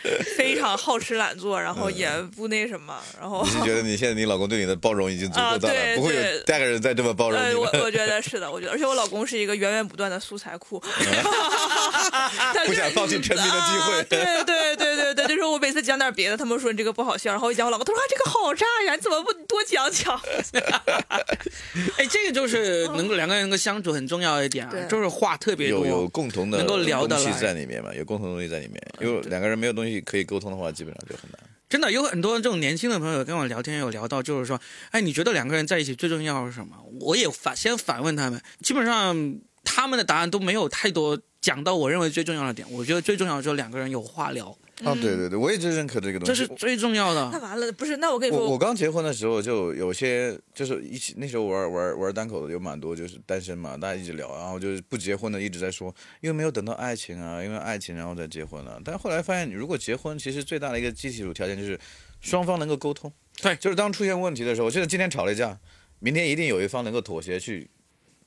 Speaker 2: 就是非常好吃懒做，然后也不那什么，然后
Speaker 3: 嗯 你是觉得你现在你老公对你的包容已经足够大
Speaker 2: 啊
Speaker 3: 了，
Speaker 2: 对
Speaker 3: 不会有
Speaker 2: 对
Speaker 3: 第二个人再这么包容
Speaker 2: 呃，
Speaker 3: 你
Speaker 2: 我
Speaker 3: 了。
Speaker 2: 我觉得是的，我觉得，而且我老公是一个源源不断的素材 库，他
Speaker 3: 不想放弃沉迷的机会
Speaker 2: 啊对对对对对，就是我每次讲点别的，他们说你这个不好笑，然后我一讲我老公，他说啊这个好炸呀，你怎么不多讲讲？
Speaker 1: 哎，这个就是能够两个人能够相处很重要一点啊
Speaker 2: 对，
Speaker 1: 就是话特别多。
Speaker 3: 有有共同的
Speaker 1: 能够聊得
Speaker 3: 东西
Speaker 1: 来
Speaker 3: 在里面嘛，有共同的东西在里面。因为两个人没有东西可以沟通的话，基本上就很难。
Speaker 1: 真的有很多这种年轻的朋友跟我聊天，有聊到就是说，哎，你觉得两个人在一起最重要是什么？我也反先反问他们，基本上他们的答案都没有太多讲到我认为最重要的点。我觉得最重要的就是两个人有话聊，
Speaker 3: 啊，对对对，我一直认可这个东
Speaker 1: 这
Speaker 3: 西
Speaker 1: 嗯是。最重要
Speaker 2: 那
Speaker 1: 的。
Speaker 2: 完了，不是，那我跟你
Speaker 3: 我我
Speaker 2: 说，
Speaker 3: 刚结婚的时候就有些就是一起那时候玩玩玩单口的有蛮多就是单身嘛，大家一直聊，然后就是不结婚的一直在说，因为没有等到爱情啊，因为爱情然后再结婚了、但后来发现，你如果结婚，其实最大的一个基础条件就是双方能够沟通。
Speaker 1: 对
Speaker 3: 就是当出现问题的时候，就是今天吵了一架，明天一定有一方能够妥协去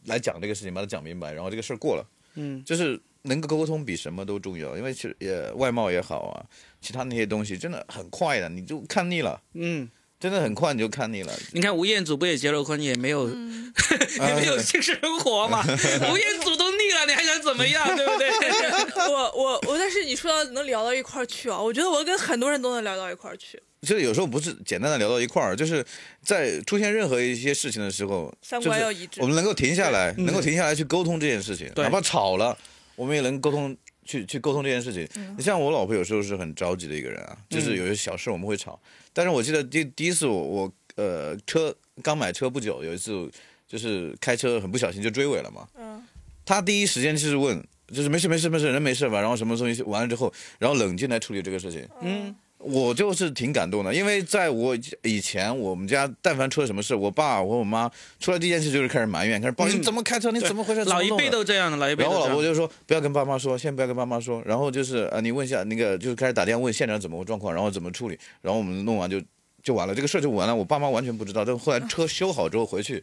Speaker 3: 来讲这个事情，把它讲明白，然后这个事儿过了。
Speaker 1: 嗯，
Speaker 3: 就是能够沟通比什么都重要，因为其实也外貌也好啊，其他那些东西真的很快的，你就看腻了。
Speaker 1: 嗯，
Speaker 3: 真的很快你就看腻了。
Speaker 1: 你看吴彦祖不也结了婚，也没有、
Speaker 2: 嗯
Speaker 1: 也没有
Speaker 3: 哎
Speaker 1: 性生活 嘛？吴彦祖都腻了，你还想怎么样，对不对？
Speaker 2: 我我我，但是你说到能聊到一块儿去啊，我觉得我跟很多人都能聊到一块儿去。
Speaker 3: 就是有时候不是简单的聊到一块儿，就是在出现任何一些事情的时候，
Speaker 2: 三
Speaker 3: 就
Speaker 2: 观
Speaker 3: 是
Speaker 2: 要一致
Speaker 3: 我们能够停下来，能够停下来去沟通这件事情，
Speaker 1: 对
Speaker 3: 哪怕吵了，我们也能沟通。去去沟通这件事情，
Speaker 2: 嗯
Speaker 3: 你像我老婆有时候是很着急的一个人啊，就是有些小事我们会吵。但是我记得第第一次我我呃车刚买车不久，有一次就是开车很不小心就追尾了嘛，
Speaker 2: 嗯，
Speaker 3: 他第一时间就是问，就是没事没事没事，人没事吧？然后什么东西完了之后，然后冷静来处理这个事情。
Speaker 1: 嗯，
Speaker 3: 我就是挺感动的，因为在我以前，我们家但凡出了什么事，我爸我我妈出了第一件事就是开始埋怨，开始抱怨、你怎么开车，你怎么回事？
Speaker 1: 嗯老一
Speaker 3: 怎么弄
Speaker 1: 辈
Speaker 3: 的
Speaker 1: 都这样的，老一辈
Speaker 3: 然
Speaker 1: 都
Speaker 3: 后我
Speaker 1: 这
Speaker 3: 老婆
Speaker 1: 样。
Speaker 3: 就说不要跟爸妈说，先不要跟爸妈说。然后就是啊，呃你问一下那个，就是开始打电话问现场怎么个状况，然后怎么处理。然后我们弄完就就完了，这个事儿就完了。我爸妈完全不知道。但后来车修好之后回去，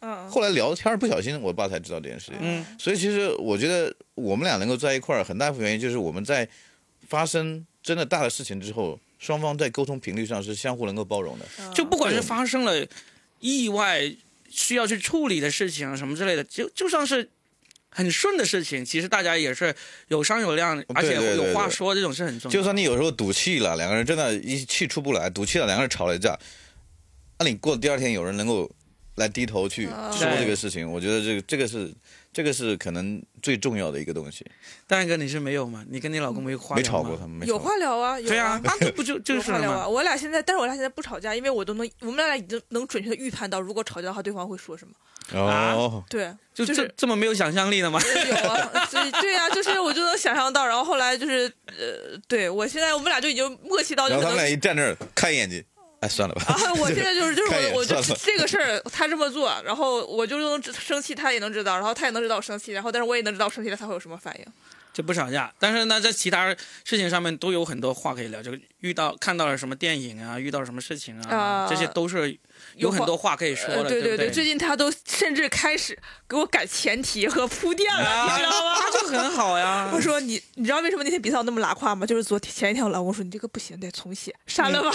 Speaker 2: 嗯
Speaker 3: 后来聊天儿不小心，我爸才知道这件事情。
Speaker 1: 嗯，
Speaker 3: 所以其实我觉得我们俩能够在一块儿，很大一部分原因就是我们在发生真的大的事情之后，双方在沟通频率上是相互能够包容的。
Speaker 2: 嗯
Speaker 1: 就不管是发生了意外需要去处理的事情啊，什么之类的，就就算是很顺的事情，其实大家也是有商有量，而且
Speaker 3: 对对
Speaker 1: 有话
Speaker 3: 对
Speaker 1: 说，这种是很重要的。
Speaker 3: 就算你有时候赌气了，两个人真的一气出不来，赌气了，两个人吵了一架，那你过第二天有人能够来低头去说这个事情，我觉得这个这个是这个是可能最重要的一个东西。
Speaker 1: 蛋哥，你是没有吗？你跟你老公没有话
Speaker 3: 没
Speaker 1: 聊
Speaker 3: 吵
Speaker 1: 吗
Speaker 3: 过他们，没
Speaker 2: 有
Speaker 3: 吵过
Speaker 2: 话聊啊，有
Speaker 1: 对
Speaker 2: 啊
Speaker 1: 啊，，那这不就就是
Speaker 2: 有话
Speaker 1: 了
Speaker 2: 聊
Speaker 1: 吗
Speaker 2: 啊。？我俩现在，但是我俩现在不吵架，因为我都能，我们俩已经能准确的预判到，如果吵架的话，对方会说什么。
Speaker 3: 哦，
Speaker 2: 对，
Speaker 1: 就
Speaker 2: 就
Speaker 1: 这
Speaker 2: 是
Speaker 1: 这么没有想象力的吗？
Speaker 2: 有啊，所以对呀、就是我就能想象到，然后后来就是呃，对我现在我们俩就已经默契到就
Speaker 3: 然后
Speaker 2: 可
Speaker 3: 他们
Speaker 2: 能
Speaker 3: 俩一站那儿看一眼睛，哎，算 了吧。
Speaker 2: 啊，我现在就是就是
Speaker 3: 看一眼
Speaker 2: 我我就
Speaker 3: 算了
Speaker 2: 这个事儿，他这么做，然后我就能知生气，他也能知道，然后他也能知道我生气，然后但是我也能知道我生气了他会有什么反应。
Speaker 1: 就不吵架，但是呢，在其他事情上面都有很多话可以聊，就遇到看到了什么电影啊，遇到了什么事情啊，
Speaker 2: 啊
Speaker 1: 这些都是有很多话可以说的，
Speaker 2: 呃，对
Speaker 1: 对不
Speaker 2: 对，最
Speaker 1: 对
Speaker 2: 近他都甚至开始给我改前提和铺垫 了，
Speaker 1: 啊
Speaker 2: 你知道吗？
Speaker 1: 他就很好呀
Speaker 2: 他。说你，你知道为什么那天比赛我那么拉胯吗？就是昨天前一天我老公说你这个不行，得重写，删了吧。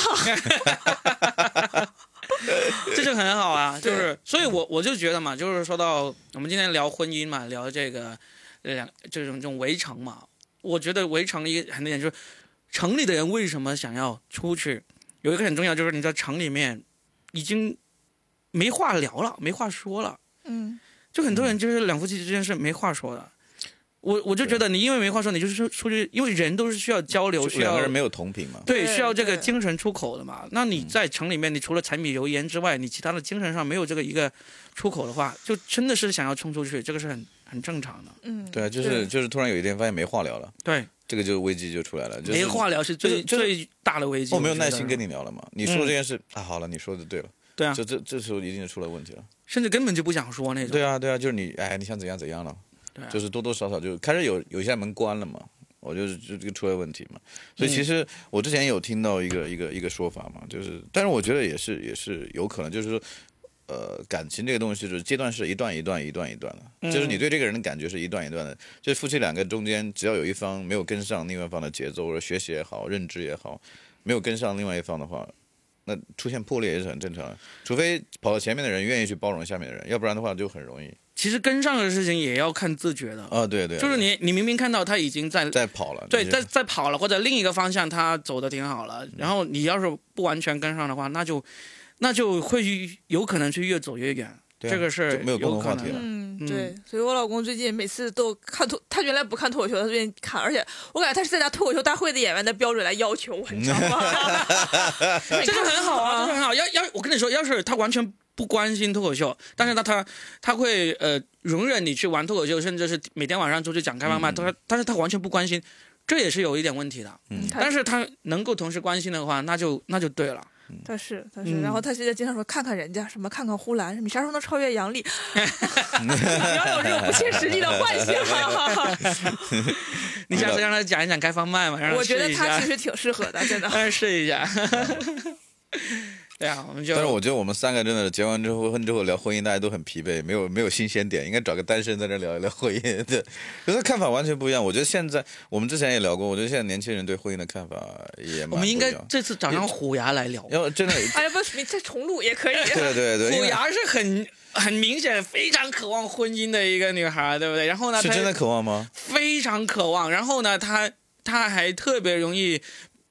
Speaker 1: 这就很好啊，就是，所以我我就觉得嘛，就是说到我们今天聊婚姻嘛，聊这个呃两这种这种围城嘛，我觉得围城一个很点就是城里的人为什么想要出去，有一个很重要就是你在城里面已经没话聊了，没话说了，
Speaker 2: 嗯，
Speaker 1: 就很多人就是两夫妻之间是没话说的。我我就觉得你因为没话说，你就是出出去，因为人都是需要交流，需
Speaker 3: 两
Speaker 1: 要
Speaker 3: 个人没有同频嘛，
Speaker 1: 对，
Speaker 2: 对
Speaker 1: 需要这个
Speaker 2: 对
Speaker 1: 精神出口的嘛。那你
Speaker 3: 嗯
Speaker 1: 在城里面，你除了柴米油盐之外，你其他的精神上没有这个一个出口的话，就真的是想要冲出去，这个是很很正常的。
Speaker 2: 嗯，
Speaker 3: 对啊，就是就是突然有一天发现没话聊了，
Speaker 1: 对，
Speaker 3: 这个就危机就出来了，就是
Speaker 1: 没话聊是最
Speaker 3: 就是就是
Speaker 1: 最大的危机。
Speaker 3: 我没有
Speaker 1: 觉得
Speaker 3: 耐心跟你聊了嘛，你说
Speaker 1: 嗯
Speaker 3: 这件事啊，好了，你说的对了，
Speaker 1: 对啊
Speaker 3: 这，这这时候一定是出了问题了。
Speaker 1: 甚至根本就不想说那种。
Speaker 3: 对啊，对啊，就是你，哎，你想怎样怎样了，
Speaker 1: 对啊
Speaker 3: 就是多多少少就开始有有一扇门关了嘛，我就是就这个出了问题嘛。所以其实我之前有听到一个一个一个说法嘛，就是，但是我觉得也是也是有可能，就是说，呃，感情这个东西就是阶段是一段一段一段一段的，就是你对这个人的感觉是一段一段的，就是夫妻两个中间只要有一方没有跟上另外一方的节奏，或者学习也好，认知也好，没有跟上另外一方的话。那出现破裂也是很正常的，除非跑到前面的人愿意去包容下面的人，要不然的话就很容易
Speaker 1: 其实跟上的事情也要看自觉的，
Speaker 3: 啊，对对，
Speaker 1: 就是
Speaker 3: 对
Speaker 1: 你你明明看到他已经 在
Speaker 3: 在跑了，
Speaker 1: 对
Speaker 3: 你
Speaker 1: 在
Speaker 3: 就
Speaker 1: 在跑了，或者另一个方向他走的挺好了，
Speaker 3: 嗯
Speaker 1: 然后你要是不完全跟上的话，那就那就会有可能去越走越远。
Speaker 3: 对啊
Speaker 1: 这个是
Speaker 3: 就没有共同
Speaker 1: 可
Speaker 3: 话
Speaker 1: 能
Speaker 3: 题
Speaker 1: 的
Speaker 3: 了。
Speaker 2: 嗯，对，所以我老公最近每次都看脱，他原来不看脱口秀，他最近看，而且我感觉他是在拿脱口秀大会的演员的标准来要求我，你知道吗？
Speaker 1: 这就很好啊，这就很好。要要我跟你说，要是他完全不关心脱口秀，但是呢，他他会呃容忍你去玩脱口秀，甚至是每天晚上出去讲开放
Speaker 3: 嗯
Speaker 1: 麦，他、但是他完全不关心，这也是有一点问题的。
Speaker 2: 嗯他
Speaker 1: 嗯但是他能够同时关心的话，那就那就对了。
Speaker 2: 他是他
Speaker 1: 嗯
Speaker 2: 是，然后他现在经常说看看人家什么，看看呼兰，什么你啥时候能超越 杨笠？不要有这种不切实际的幻 想。
Speaker 1: 你下次让他讲一讲开放麦嘛，让他
Speaker 2: 我觉
Speaker 1: 试
Speaker 2: 得
Speaker 1: 一
Speaker 2: 他
Speaker 1: 下
Speaker 2: 其，实挺适合的，真的。
Speaker 1: 让他试一下。对啊，我们就
Speaker 3: 但是我觉得我们三个真的结完之后婚之后聊婚姻，大家都很疲惫，没有没有新鲜点，应该找个单身在这聊一聊婚姻。对， 可是看法完全不一样。我觉得现在我们之前也聊过，我觉得现在年轻人对婚姻的看法也蛮
Speaker 1: 我们应该
Speaker 3: 不一样
Speaker 1: 这次找上虎牙来聊。
Speaker 3: 要 真的，
Speaker 2: 哎呀，不，你再重录也可以。
Speaker 3: 对对对，因
Speaker 1: 虎
Speaker 3: 为
Speaker 1: 牙是很很明显非常渴望婚姻的一个女孩，对不对？然后呢，
Speaker 3: 是
Speaker 1: 她
Speaker 3: 真的渴望吗？
Speaker 1: 非常渴望，然后呢，她她还特别容易。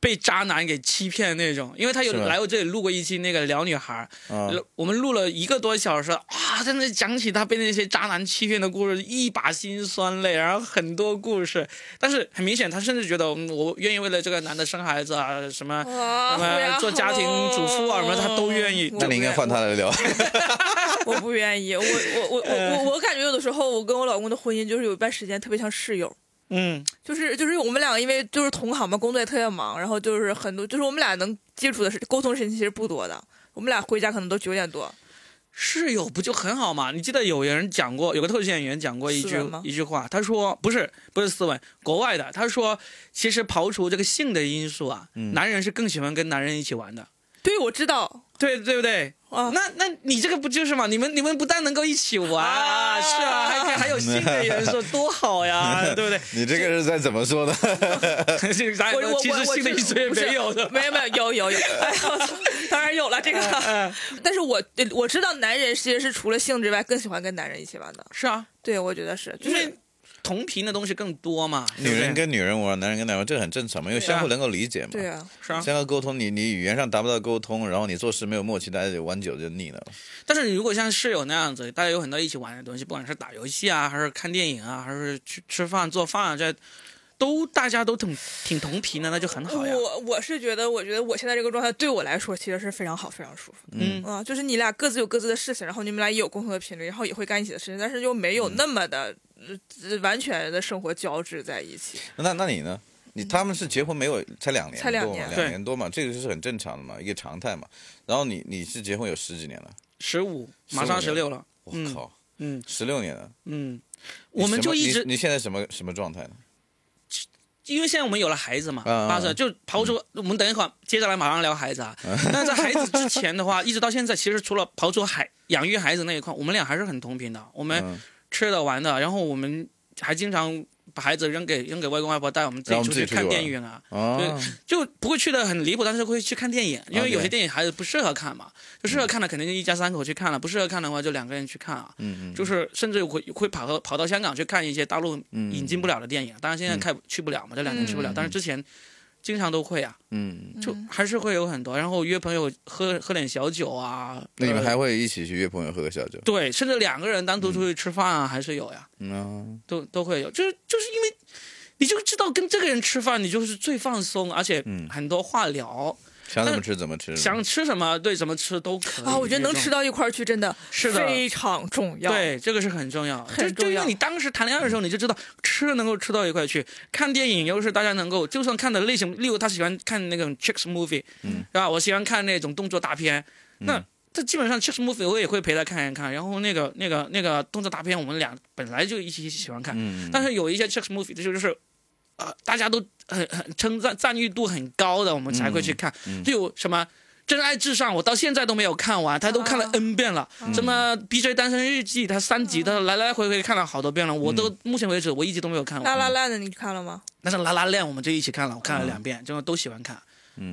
Speaker 1: 被渣男给欺骗那种，因为她有
Speaker 3: 是吗
Speaker 1: 来我这里录过一期那个聊女孩，
Speaker 3: 啊，
Speaker 1: 我们录了一个多小时，啊，在那讲起她被那些渣男欺骗的故事，一把辛酸泪，然后很多故事，但是很明显，她甚至觉得嗯我愿意为了这个男的生孩子啊，什么什
Speaker 2: 哇
Speaker 1: 么做家庭主妇啊什么他都愿意
Speaker 2: 嗯我
Speaker 3: 那你应该换他来聊。
Speaker 2: 我不愿意，我我我
Speaker 1: 嗯
Speaker 2: 我我我感觉有的时候我跟我老公的婚姻就是有一段时间特别像室友，
Speaker 1: 嗯，
Speaker 2: 就是就是我们两个因为就是同行嘛，工作也特别忙，然后就是很多就是我们俩能接触的是沟通时间其实不多的，我们俩回家可能都九点多。
Speaker 1: 室友不就很好嘛？你记得有人讲过，有个特技演员讲过一
Speaker 2: 斯
Speaker 1: 句
Speaker 2: 文吗
Speaker 1: 一句话，他说不是不是斯文，国外的，他说其实刨除这个性的因素啊，
Speaker 2: 嗯
Speaker 1: 男人是更喜欢跟男人一起玩的，
Speaker 2: 对，我知道
Speaker 1: 对对不对？
Speaker 2: 啊，
Speaker 1: 那那你这个不就是嘛？你们你们不但能够一起玩，
Speaker 2: 啊
Speaker 1: 是啊，还可以还有性的元素，多好呀， 对不对？
Speaker 3: 你这个是在怎么 说呢？
Speaker 1: 这咱
Speaker 2: 我我我
Speaker 1: 哎其实
Speaker 2: 我
Speaker 1: 性的因素也
Speaker 2: 不是
Speaker 1: 没有的，
Speaker 2: 没有没有有 有有，哎呀，我操当然有了这个，
Speaker 1: 嗯，
Speaker 2: 但是我我知道男人其实是除了性之外更喜欢跟男人一起玩的，
Speaker 1: 是啊，
Speaker 2: 对，我觉得是，就
Speaker 1: 因
Speaker 2: 是
Speaker 1: 为同频的东西更多嘛，
Speaker 3: 女人跟女人玩，男人跟男人玩，这很正常嘛，因为
Speaker 1: 对啊
Speaker 3: 相互能够理解嘛。
Speaker 2: 对啊，
Speaker 1: 是啊，
Speaker 3: 相互沟通，你你语言上达不到沟通，然后你做事没有默契，大家就玩久就腻了。
Speaker 1: 但是如果像室友那样子，大家有很多一起玩的东西，不管是打游戏啊，还是看电影啊，还是去吃饭做饭啊，这都大家都挺挺同频的，那就很好呀。
Speaker 2: 我我是觉得，我觉得我现在这个状态对我来说其实是非常好、非常舒服的。
Speaker 1: 嗯
Speaker 2: 啊，就是你俩各自有各自的事情，然后你们俩也有共同的频率，然后也会干一起的事情，但是又没有那么的、呃完全的生活交织在一起。
Speaker 3: 那那你呢？你他们是结婚没有才两年多嘛，
Speaker 2: 嗯才两年
Speaker 1: 对
Speaker 3: 两年多嘛，这个就是很正常的嘛，一个常态嘛。然后你你是结婚有十几年了，
Speaker 1: 十五，马上十
Speaker 3: 15
Speaker 1: 六了，
Speaker 3: 我
Speaker 1: 嗯
Speaker 3: 靠，
Speaker 1: 嗯
Speaker 3: 十六年了，
Speaker 1: 嗯，
Speaker 3: 你
Speaker 1: 我们
Speaker 3: 什
Speaker 1: 就
Speaker 3: 么
Speaker 1: 一
Speaker 3: 你
Speaker 1: 直
Speaker 3: 你现在什么什么状态呢？
Speaker 1: 因为现在我们有了孩子嘛，
Speaker 3: 嗯嗯
Speaker 1: 八岁就刨除、我们等一会儿，接下来马上聊孩子 啊。那在孩子之前的话，一直到现在，其实除了刨除孩养育孩子那一块，我们俩还是很同频的。我们
Speaker 3: 嗯，
Speaker 1: 吃的玩的，然后我们还经常把孩子扔给扔给外公外婆带我们自
Speaker 3: 然
Speaker 1: 己
Speaker 3: 后
Speaker 1: 出
Speaker 3: 我
Speaker 1: 去
Speaker 3: 们自己出去
Speaker 1: 看
Speaker 3: 玩
Speaker 1: 电影啊，
Speaker 3: 哦，
Speaker 1: 就不会去的很离谱，但是会去看电影，因为有些电影孩子不适合看嘛，就适合看的肯定就一家三口去看了，不适合看的话就两个人去看啊。
Speaker 3: 嗯嗯，
Speaker 1: 就是甚至会会跑到跑到香港去看一些大陆
Speaker 3: 嗯
Speaker 1: 引进不了的电影，当然现在开不去不了嘛，这两年去不了，
Speaker 3: 嗯
Speaker 1: 但是之前经常都会啊，
Speaker 3: 嗯，
Speaker 1: 就还是会有很多，然后约朋友喝喝点小酒啊，
Speaker 3: 那你们
Speaker 1: 呃
Speaker 3: 还会一起去约朋友喝个小酒？
Speaker 1: 对，甚至两个人单独出去吃饭啊，还是有呀，
Speaker 3: 嗯啊，
Speaker 1: 都都会有，就是就是因为你就知道跟这个人吃饭，你就是最放松，而且
Speaker 3: 嗯
Speaker 1: 很多话聊，
Speaker 3: 想怎么吃怎么吃。
Speaker 1: 想吃什么对怎么吃都可以
Speaker 2: 啊，我觉得能
Speaker 1: 这种
Speaker 2: 吃到一块儿去，真的
Speaker 1: 是的
Speaker 2: 非常重要。，
Speaker 1: 对，这个是很重要，
Speaker 2: 很
Speaker 1: 就就
Speaker 2: 重
Speaker 1: 因
Speaker 2: 要
Speaker 1: 为你当时谈恋爱的时候，你就知道吃能够吃到一块去，看电影又是大家能够，就算看的类型，例如他喜欢看那种 chicks movie，
Speaker 3: 嗯
Speaker 1: 是吧？我喜欢看那种动作大片，那
Speaker 3: 嗯
Speaker 1: 这基本上 chicks movie 我也会陪他看一看，然后那个那个那个动作大片，我们俩本来就一起喜欢看，
Speaker 3: 嗯，
Speaker 1: 但是有一些 chicks movie 这就是，呃，大家都很很称赞赞誉度很高的，我们才会去看。
Speaker 3: 嗯嗯
Speaker 1: 就有什么《真爱至上》，我到现在都没有看完，他都看了
Speaker 2: 啊
Speaker 1: N 遍了。
Speaker 3: 嗯
Speaker 1: 什么《BJ 单身日记》，他三集，他来来回回看了好多遍了，我都
Speaker 3: 嗯
Speaker 1: 目前为止我一集都没有看
Speaker 2: 拉
Speaker 1: 完。
Speaker 2: 拉烂的你看了吗？
Speaker 1: 但是《拉拉链》我们就一起看了，我看了
Speaker 3: 嗯
Speaker 1: 两遍，就都喜欢看。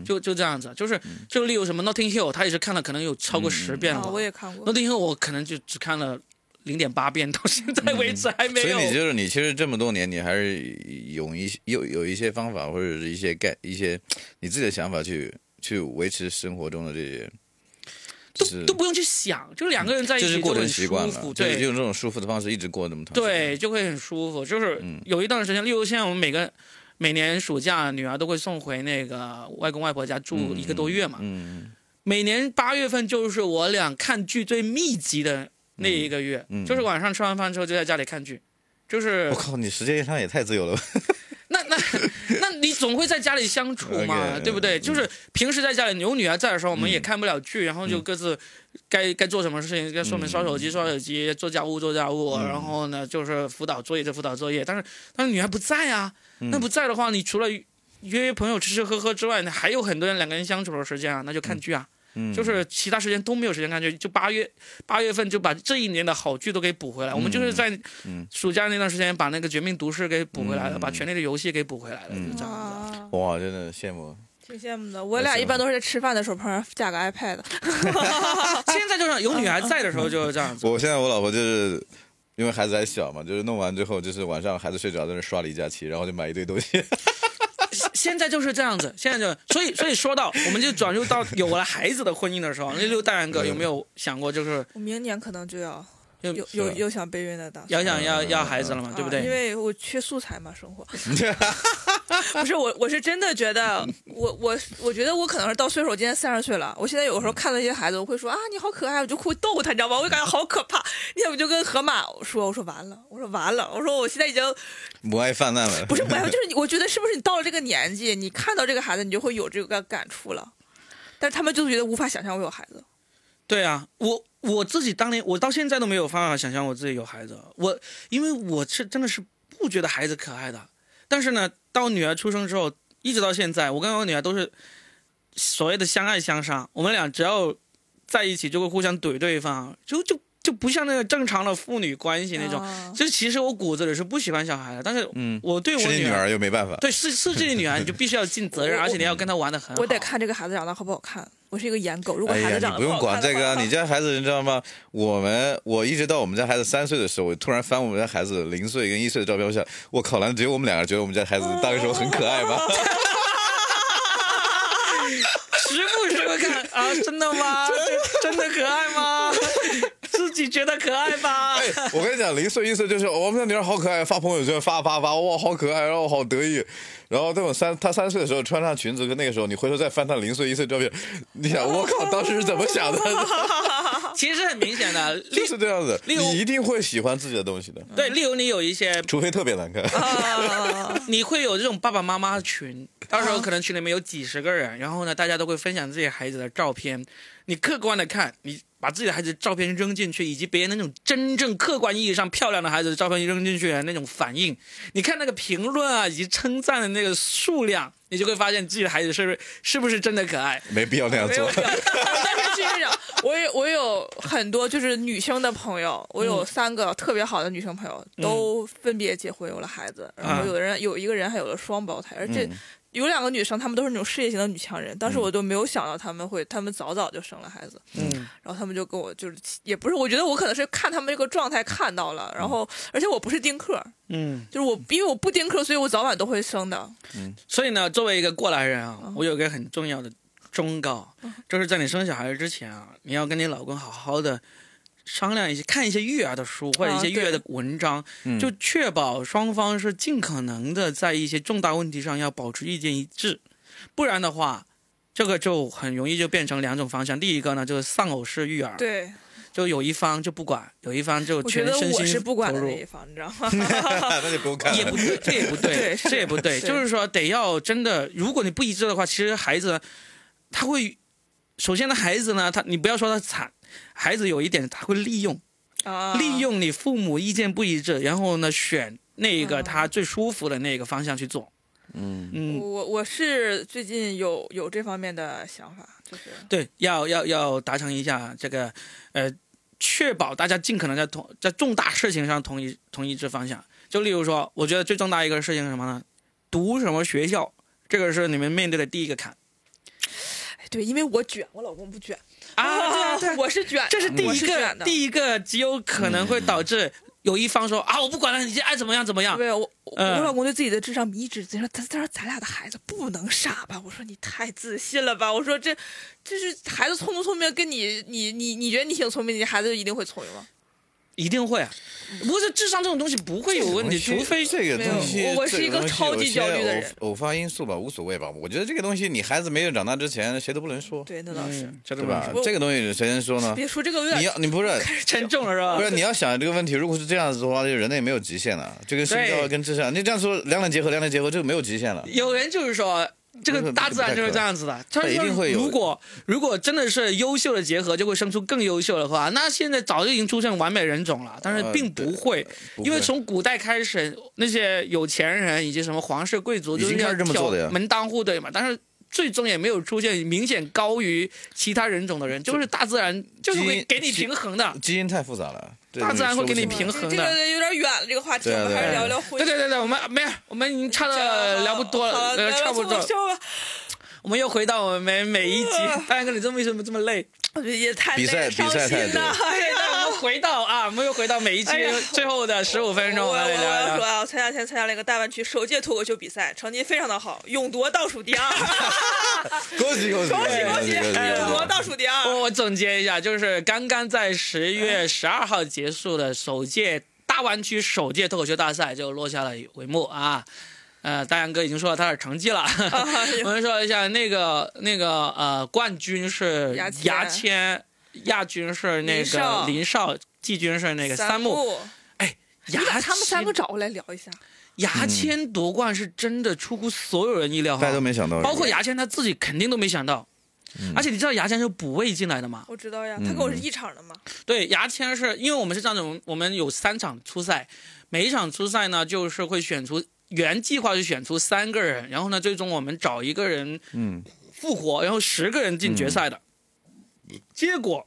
Speaker 1: 就就这样子，就是就例如什么《Notting Hill》，他也是看了可能有超过
Speaker 3: 嗯
Speaker 1: 十遍了
Speaker 2: 啊，
Speaker 1: 吧。
Speaker 2: 我也看过。
Speaker 1: Notting Hill》我可能就只看了零点八遍，到现在为止还没
Speaker 3: 嗯所
Speaker 1: 有。
Speaker 3: 以你就是你，其实这么多年，你还是有一些有有一些方法或者是一些概一些你自己的想法去去维持生活中的这些，就是
Speaker 1: 都都不用去想，就两个人在一
Speaker 3: 就
Speaker 1: 起
Speaker 3: 是
Speaker 1: 就
Speaker 3: 过
Speaker 1: 会
Speaker 3: 成
Speaker 1: 很
Speaker 3: 习
Speaker 1: 舒
Speaker 3: 惯
Speaker 1: 服
Speaker 3: 了，就是
Speaker 1: 对
Speaker 3: 用这种舒服的方式一直过这么长时间。
Speaker 1: 对，就会很舒服。就是
Speaker 3: 嗯
Speaker 1: 有一段时间，例如现在我们每个每年暑假，女儿都会送回那个外公外婆家住一个多月嘛。
Speaker 3: 嗯，
Speaker 1: 每年八月份就是我俩看剧最密集的那一个月，
Speaker 3: 嗯嗯哦
Speaker 1: 就是晚上吃完饭之后就在家里看剧。就是
Speaker 3: 我靠，你时间上也太自由了吧？
Speaker 1: 那那那你总会在家里相处嘛
Speaker 3: OK，
Speaker 1: 对不对？
Speaker 3: 嗯
Speaker 1: 就是平时在家里有女儿在的时候，我们也看不了剧，然后
Speaker 3: 嗯
Speaker 1: 就各自该该做什么事情，该说明刷手机刷手机，做家务做家务，
Speaker 3: 嗯
Speaker 1: 然后呢就是辅导作业就辅导作业。但是但是女儿不在啊，
Speaker 3: 嗯
Speaker 1: 那不在的话，你除了约约朋友吃吃喝喝之外，那还有很多人两个人相处的时间啊，那就看剧啊。
Speaker 3: 嗯
Speaker 1: 就是其他时间都没有时间看剧，就八月八月份就把这一年的好剧都给补回来。我们就是在
Speaker 3: 嗯
Speaker 1: 暑假那段时间把那个《绝命毒师》给补回来了，
Speaker 3: 嗯
Speaker 1: 把《权力的游戏》给补回来了，
Speaker 3: 嗯
Speaker 1: 就这样子。
Speaker 2: 啊，
Speaker 3: 哇，真的羡慕。
Speaker 2: 挺羡慕的。我俩一般都是在吃饭的时候旁边架个 iPad，
Speaker 1: 现在就是有女孩在的时候就是这样子。
Speaker 3: 我现在我老婆就是因为孩子还小嘛，就是弄完之后，就是晚上孩子睡着在那刷李佳琦，然后就买一堆东西。
Speaker 1: 现在就是这样子，现在就所以所以说到，我们就转入到有了孩子的婚姻的时候，那六大然哥有没有想过，就是
Speaker 2: 我明年可能就要
Speaker 1: 又
Speaker 2: 有有
Speaker 3: 是
Speaker 2: 有想备孕的打算。
Speaker 1: 要想要
Speaker 3: 嗯
Speaker 1: 要孩子了嘛，对不
Speaker 2: 啊因
Speaker 1: 对？
Speaker 2: 为我缺素材嘛，生 活。 不是我，我是真的觉得，我我我觉得我可能是到岁数，我今年三十岁了，我现在有时候看到一些孩子，我会说啊你好可爱，我就会逗他，你知道吗？我就感觉好可怕。 那天我就跟河马说，我说完了，我说完了，我说我现在已经
Speaker 3: 母爱泛滥了。
Speaker 2: 不是我，就是你，我觉得是不是你到了这个年纪，你看到这个孩子，你就会有这个感触了。但是他们就是觉得无法想象我有孩子，
Speaker 1: 对啊，我我自己当年我到现在都没有办法想象我自己有孩子，我因为我是真的是不觉得孩子可爱的，但是呢，到女儿出生之后，一直到现在，我跟我女儿都是所谓的相爱相杀，我们俩只要在一起就会互相怼对方，就就就不像那个正常的父女关系那种。
Speaker 2: 啊
Speaker 1: 就其实我骨子里是不喜欢小孩的，但是
Speaker 3: 嗯，
Speaker 1: 我对
Speaker 3: 是
Speaker 1: 我
Speaker 3: 你女
Speaker 1: 儿，
Speaker 3: 儿又没办法。
Speaker 1: 对是是这个女儿，你就必须要尽责任，
Speaker 2: 我
Speaker 1: 而且你要跟她玩的很好。
Speaker 2: 我得看这个孩子长得好不好看。我是一个颜狗，如果
Speaker 3: 啊哎
Speaker 2: 孩
Speaker 3: 呀，
Speaker 2: 子长
Speaker 3: 你
Speaker 2: 得
Speaker 3: 不用
Speaker 2: 好看
Speaker 3: 管这个
Speaker 2: 的
Speaker 3: 啊，
Speaker 2: 话
Speaker 3: 你家孩子你知道吗？我们我一直到我们家孩子三岁的时候，我突然翻我们家孩子零岁跟一岁的照片，我想，我靠，难道只有我们两个人觉得我们家孩子当时候很可爱吗？
Speaker 1: 时不时会看 啊， 真的吗？真的可爱 吗？自己觉得可爱吧？
Speaker 3: 哎，我跟你讲，零岁一岁就是我们家女儿好可爱，发朋友圈发发发，哇，好可爱，然后好得意。然后等我三她三岁的时候穿上裙子，跟那个时候你回头再翻她零岁一岁照片，你想我靠，当时是怎么想的？
Speaker 1: 其实很明显 的，例
Speaker 3: 就是这样子，
Speaker 1: 例如
Speaker 3: 你一定会喜欢自己的东西的，
Speaker 1: 对，例如你有一些，
Speaker 3: 除非特别难看。
Speaker 1: 你会有这种爸爸妈妈群，到时候可能群里面有几十个人，然后呢，大家都会分享自己孩子的照片。你客观的看，你把自己的孩子照片扔进去，以及别人那种真正客观意义上漂亮的孩子的照片扔进去的那种反应，你看那个评论啊，以及称赞的那个数量，你就会发现自己的孩子是不是是不是真的可爱。
Speaker 3: 没必要那样
Speaker 2: 没有
Speaker 3: 做。
Speaker 2: 这样， 但是是这样，我有我有很多就是女生的朋友，我有三个特别好的女生朋友，
Speaker 1: 嗯
Speaker 2: 都分别结婚有了孩子，然后有的人有一个人还有了双胞
Speaker 1: 嗯
Speaker 2: 胎，而且有两个女生，她们都是那种事业型的女强人，当时我都没有想到她们会，她们早早就生了孩子，
Speaker 1: 嗯，
Speaker 2: 然后她们就跟我就是也不是，我觉得我可能是看她们这个状态看到了，然后而且我不是丁克，
Speaker 1: 嗯。
Speaker 2: 就是我因为我不丁克，所以我早晚都会生的，
Speaker 1: 所以呢，作为一个过来人
Speaker 2: 嗯
Speaker 1: 啊，我有一个很重要的忠告，就是在你生小孩之前啊，你要跟你老公好好的商量一些，看一些育儿的书或者
Speaker 2: 啊
Speaker 1: 一些育儿的文章，
Speaker 3: 嗯
Speaker 1: 就确保双方是尽可能的在一些重大问题上要保持意见一致，不然的话。这个就很容易就变成两种方向，第一个呢就是丧偶式育儿，
Speaker 2: 对，
Speaker 1: 就有一方就不管，有一方就
Speaker 2: 我觉
Speaker 1: 全
Speaker 2: 得
Speaker 1: 身
Speaker 2: 我
Speaker 1: 心
Speaker 2: 是不管
Speaker 1: 投
Speaker 2: 的那
Speaker 1: 入。
Speaker 2: 一方，你知道吗？
Speaker 3: 那就不用看
Speaker 1: 也
Speaker 3: 了
Speaker 1: 不。对，这也 不对，
Speaker 2: 对是
Speaker 1: 这也不对。
Speaker 2: 是
Speaker 1: 就是说，得要真的，如果你不一致的话，其实孩子他会，首先呢，孩子呢，他你不要说他惨，孩子有一点他会利用，
Speaker 2: 啊，
Speaker 1: 利用你父母意见不一致，然后呢，选那个
Speaker 2: 啊
Speaker 1: 他最舒服的那个方向去做。
Speaker 3: 嗯，
Speaker 1: 嗯，
Speaker 2: 我我是最近有有这方面的想法，就是
Speaker 1: 对，要要要达成一下这个，呃，确保大家尽可能在同在重大事情上同一同一致方向。就例如说，我觉得最重大一个事情是什么呢？读什么学校，这个是你们面对的第一个坎。
Speaker 2: 哎对，因为我卷，我老公不卷
Speaker 1: 啊，对啊，对啊
Speaker 2: 我是卷，
Speaker 1: 这是第
Speaker 2: 我
Speaker 1: 一
Speaker 2: 卷
Speaker 1: 个，
Speaker 2: 的，
Speaker 1: 第一个极有可能会导致有一方说啊，我不管了，你爱怎么样怎么样。
Speaker 2: 对，我我
Speaker 1: 嗯
Speaker 2: 我老公对自己的智商一直在说，他他说咱俩的孩子不能傻吧？我说你太自信了吧？我说这这是孩子聪不聪明，跟你你你你觉得你挺聪明，你孩子就一定会聪明吗？
Speaker 1: 一定会啊，不是智商这种东西不会有问题，除非
Speaker 3: 这个东西
Speaker 2: 没，有我我是一个
Speaker 3: 这东西
Speaker 2: 超级焦虑的人
Speaker 3: 有些偶偶发因素吧，无所谓吧。我觉得这个东西，你孩子没有长大之前，谁都不能说，
Speaker 2: 对，那倒是。
Speaker 1: 嗯，这
Speaker 3: 对
Speaker 1: 个吧
Speaker 3: 吧？
Speaker 2: 我
Speaker 3: 这个东西谁能说呢？
Speaker 2: 别说这个有
Speaker 3: 你
Speaker 2: 点
Speaker 3: 要你不是
Speaker 2: 开始沉
Speaker 1: 沉重了是吧？
Speaker 3: 不是你要想这个问题，如果是这样子的话，这人类没有极限了，就跟身
Speaker 1: 对
Speaker 3: 高跟智商，你这样说两两结合，两两结合，这个没有极限了。
Speaker 1: 有人就是说，这个大自然就是这样子的，他
Speaker 3: 不太可能一定会有
Speaker 1: 如果如果真的是优秀的结合，就会生出更优秀的话，那现在早就已经出现完美人种了，但是
Speaker 3: 呃
Speaker 1: 并不会，
Speaker 3: 不会
Speaker 1: 因为从古代开始，那些有钱人以及什么皇室贵族
Speaker 3: 已
Speaker 1: 就是
Speaker 3: 经开
Speaker 1: 要
Speaker 3: 始这么做的呀
Speaker 1: 挑门当户对嘛，但是。最终也没有出现明显高于其他人种的人，就是大自然就是
Speaker 3: 基
Speaker 1: 会
Speaker 3: 因
Speaker 1: 给你平衡的。
Speaker 3: 基因太复杂了，这
Speaker 1: 大自然会给你
Speaker 3: 说不清
Speaker 1: 平
Speaker 3: 楚
Speaker 1: 衡
Speaker 2: 这个有点远了，这个话题
Speaker 3: 对啊
Speaker 2: 我们还是
Speaker 3: 对啊
Speaker 2: 聊聊婚
Speaker 1: 对
Speaker 2: 姻。
Speaker 1: 对对对，我们没有，我们已经差的聊不多
Speaker 2: 好
Speaker 1: 了，
Speaker 2: 了
Speaker 1: 呃，差不多
Speaker 2: 聊
Speaker 1: 了
Speaker 2: 到这。吧
Speaker 1: 我们又回到我们每一集，
Speaker 2: 呃
Speaker 1: 大然哥，你这为什么这么累？
Speaker 2: 我觉得也太
Speaker 3: 比赛
Speaker 2: 累伤
Speaker 3: 比赛
Speaker 2: 心
Speaker 3: 太多
Speaker 2: 了哎
Speaker 1: 对，
Speaker 2: 呀
Speaker 1: 那我们回到啊，我们又回到每一期
Speaker 2: 哎呀
Speaker 1: 最后的十五分钟，
Speaker 2: 我
Speaker 1: 我们来
Speaker 2: 我
Speaker 1: 聊
Speaker 2: 要
Speaker 1: 一
Speaker 2: 说
Speaker 1: 聊。
Speaker 2: 啊，我参加前参加了一个大湾区首届脱口秀比赛，成绩非常的好，勇夺倒数第 二，
Speaker 3: 恭喜恭喜啊
Speaker 2: 恭喜
Speaker 3: 恭
Speaker 2: 恭喜，勇夺倒数第 二。
Speaker 1: 哎我我总结一下，就是刚刚在十
Speaker 2: 哎
Speaker 1: 月十二号结束的首届大湾区首届脱口秀大赛就落下了帷幕啊。呃，大杨哥已经说了他的成绩了，
Speaker 2: 哦哎
Speaker 1: 我们说一下那个那个呃，冠军是
Speaker 2: 牙签
Speaker 1: 牙签，亚军是那
Speaker 2: 林
Speaker 1: 个
Speaker 2: 少
Speaker 1: 林少，季军是那个
Speaker 2: 三
Speaker 1: 木。
Speaker 2: 木，
Speaker 1: 牙
Speaker 2: 你把他们
Speaker 1: 签
Speaker 2: 三个找过来聊一下。
Speaker 1: 牙签夺冠是真的出乎所有人意料哈，啊
Speaker 3: 大家都没想到，
Speaker 1: 包括牙签他自己肯定都没想到。
Speaker 3: 嗯
Speaker 1: 而且你知道牙签是补位进来的吗？
Speaker 2: 我知道呀，他跟我是一场的嘛。
Speaker 1: 对，牙签是因为我们是这样子，我们有三场初赛，每一场初赛呢就是会选出原计划是选出三个人，然后呢最终我们找一个人
Speaker 3: 嗯
Speaker 1: 复活，然后十个人进决赛的。结果，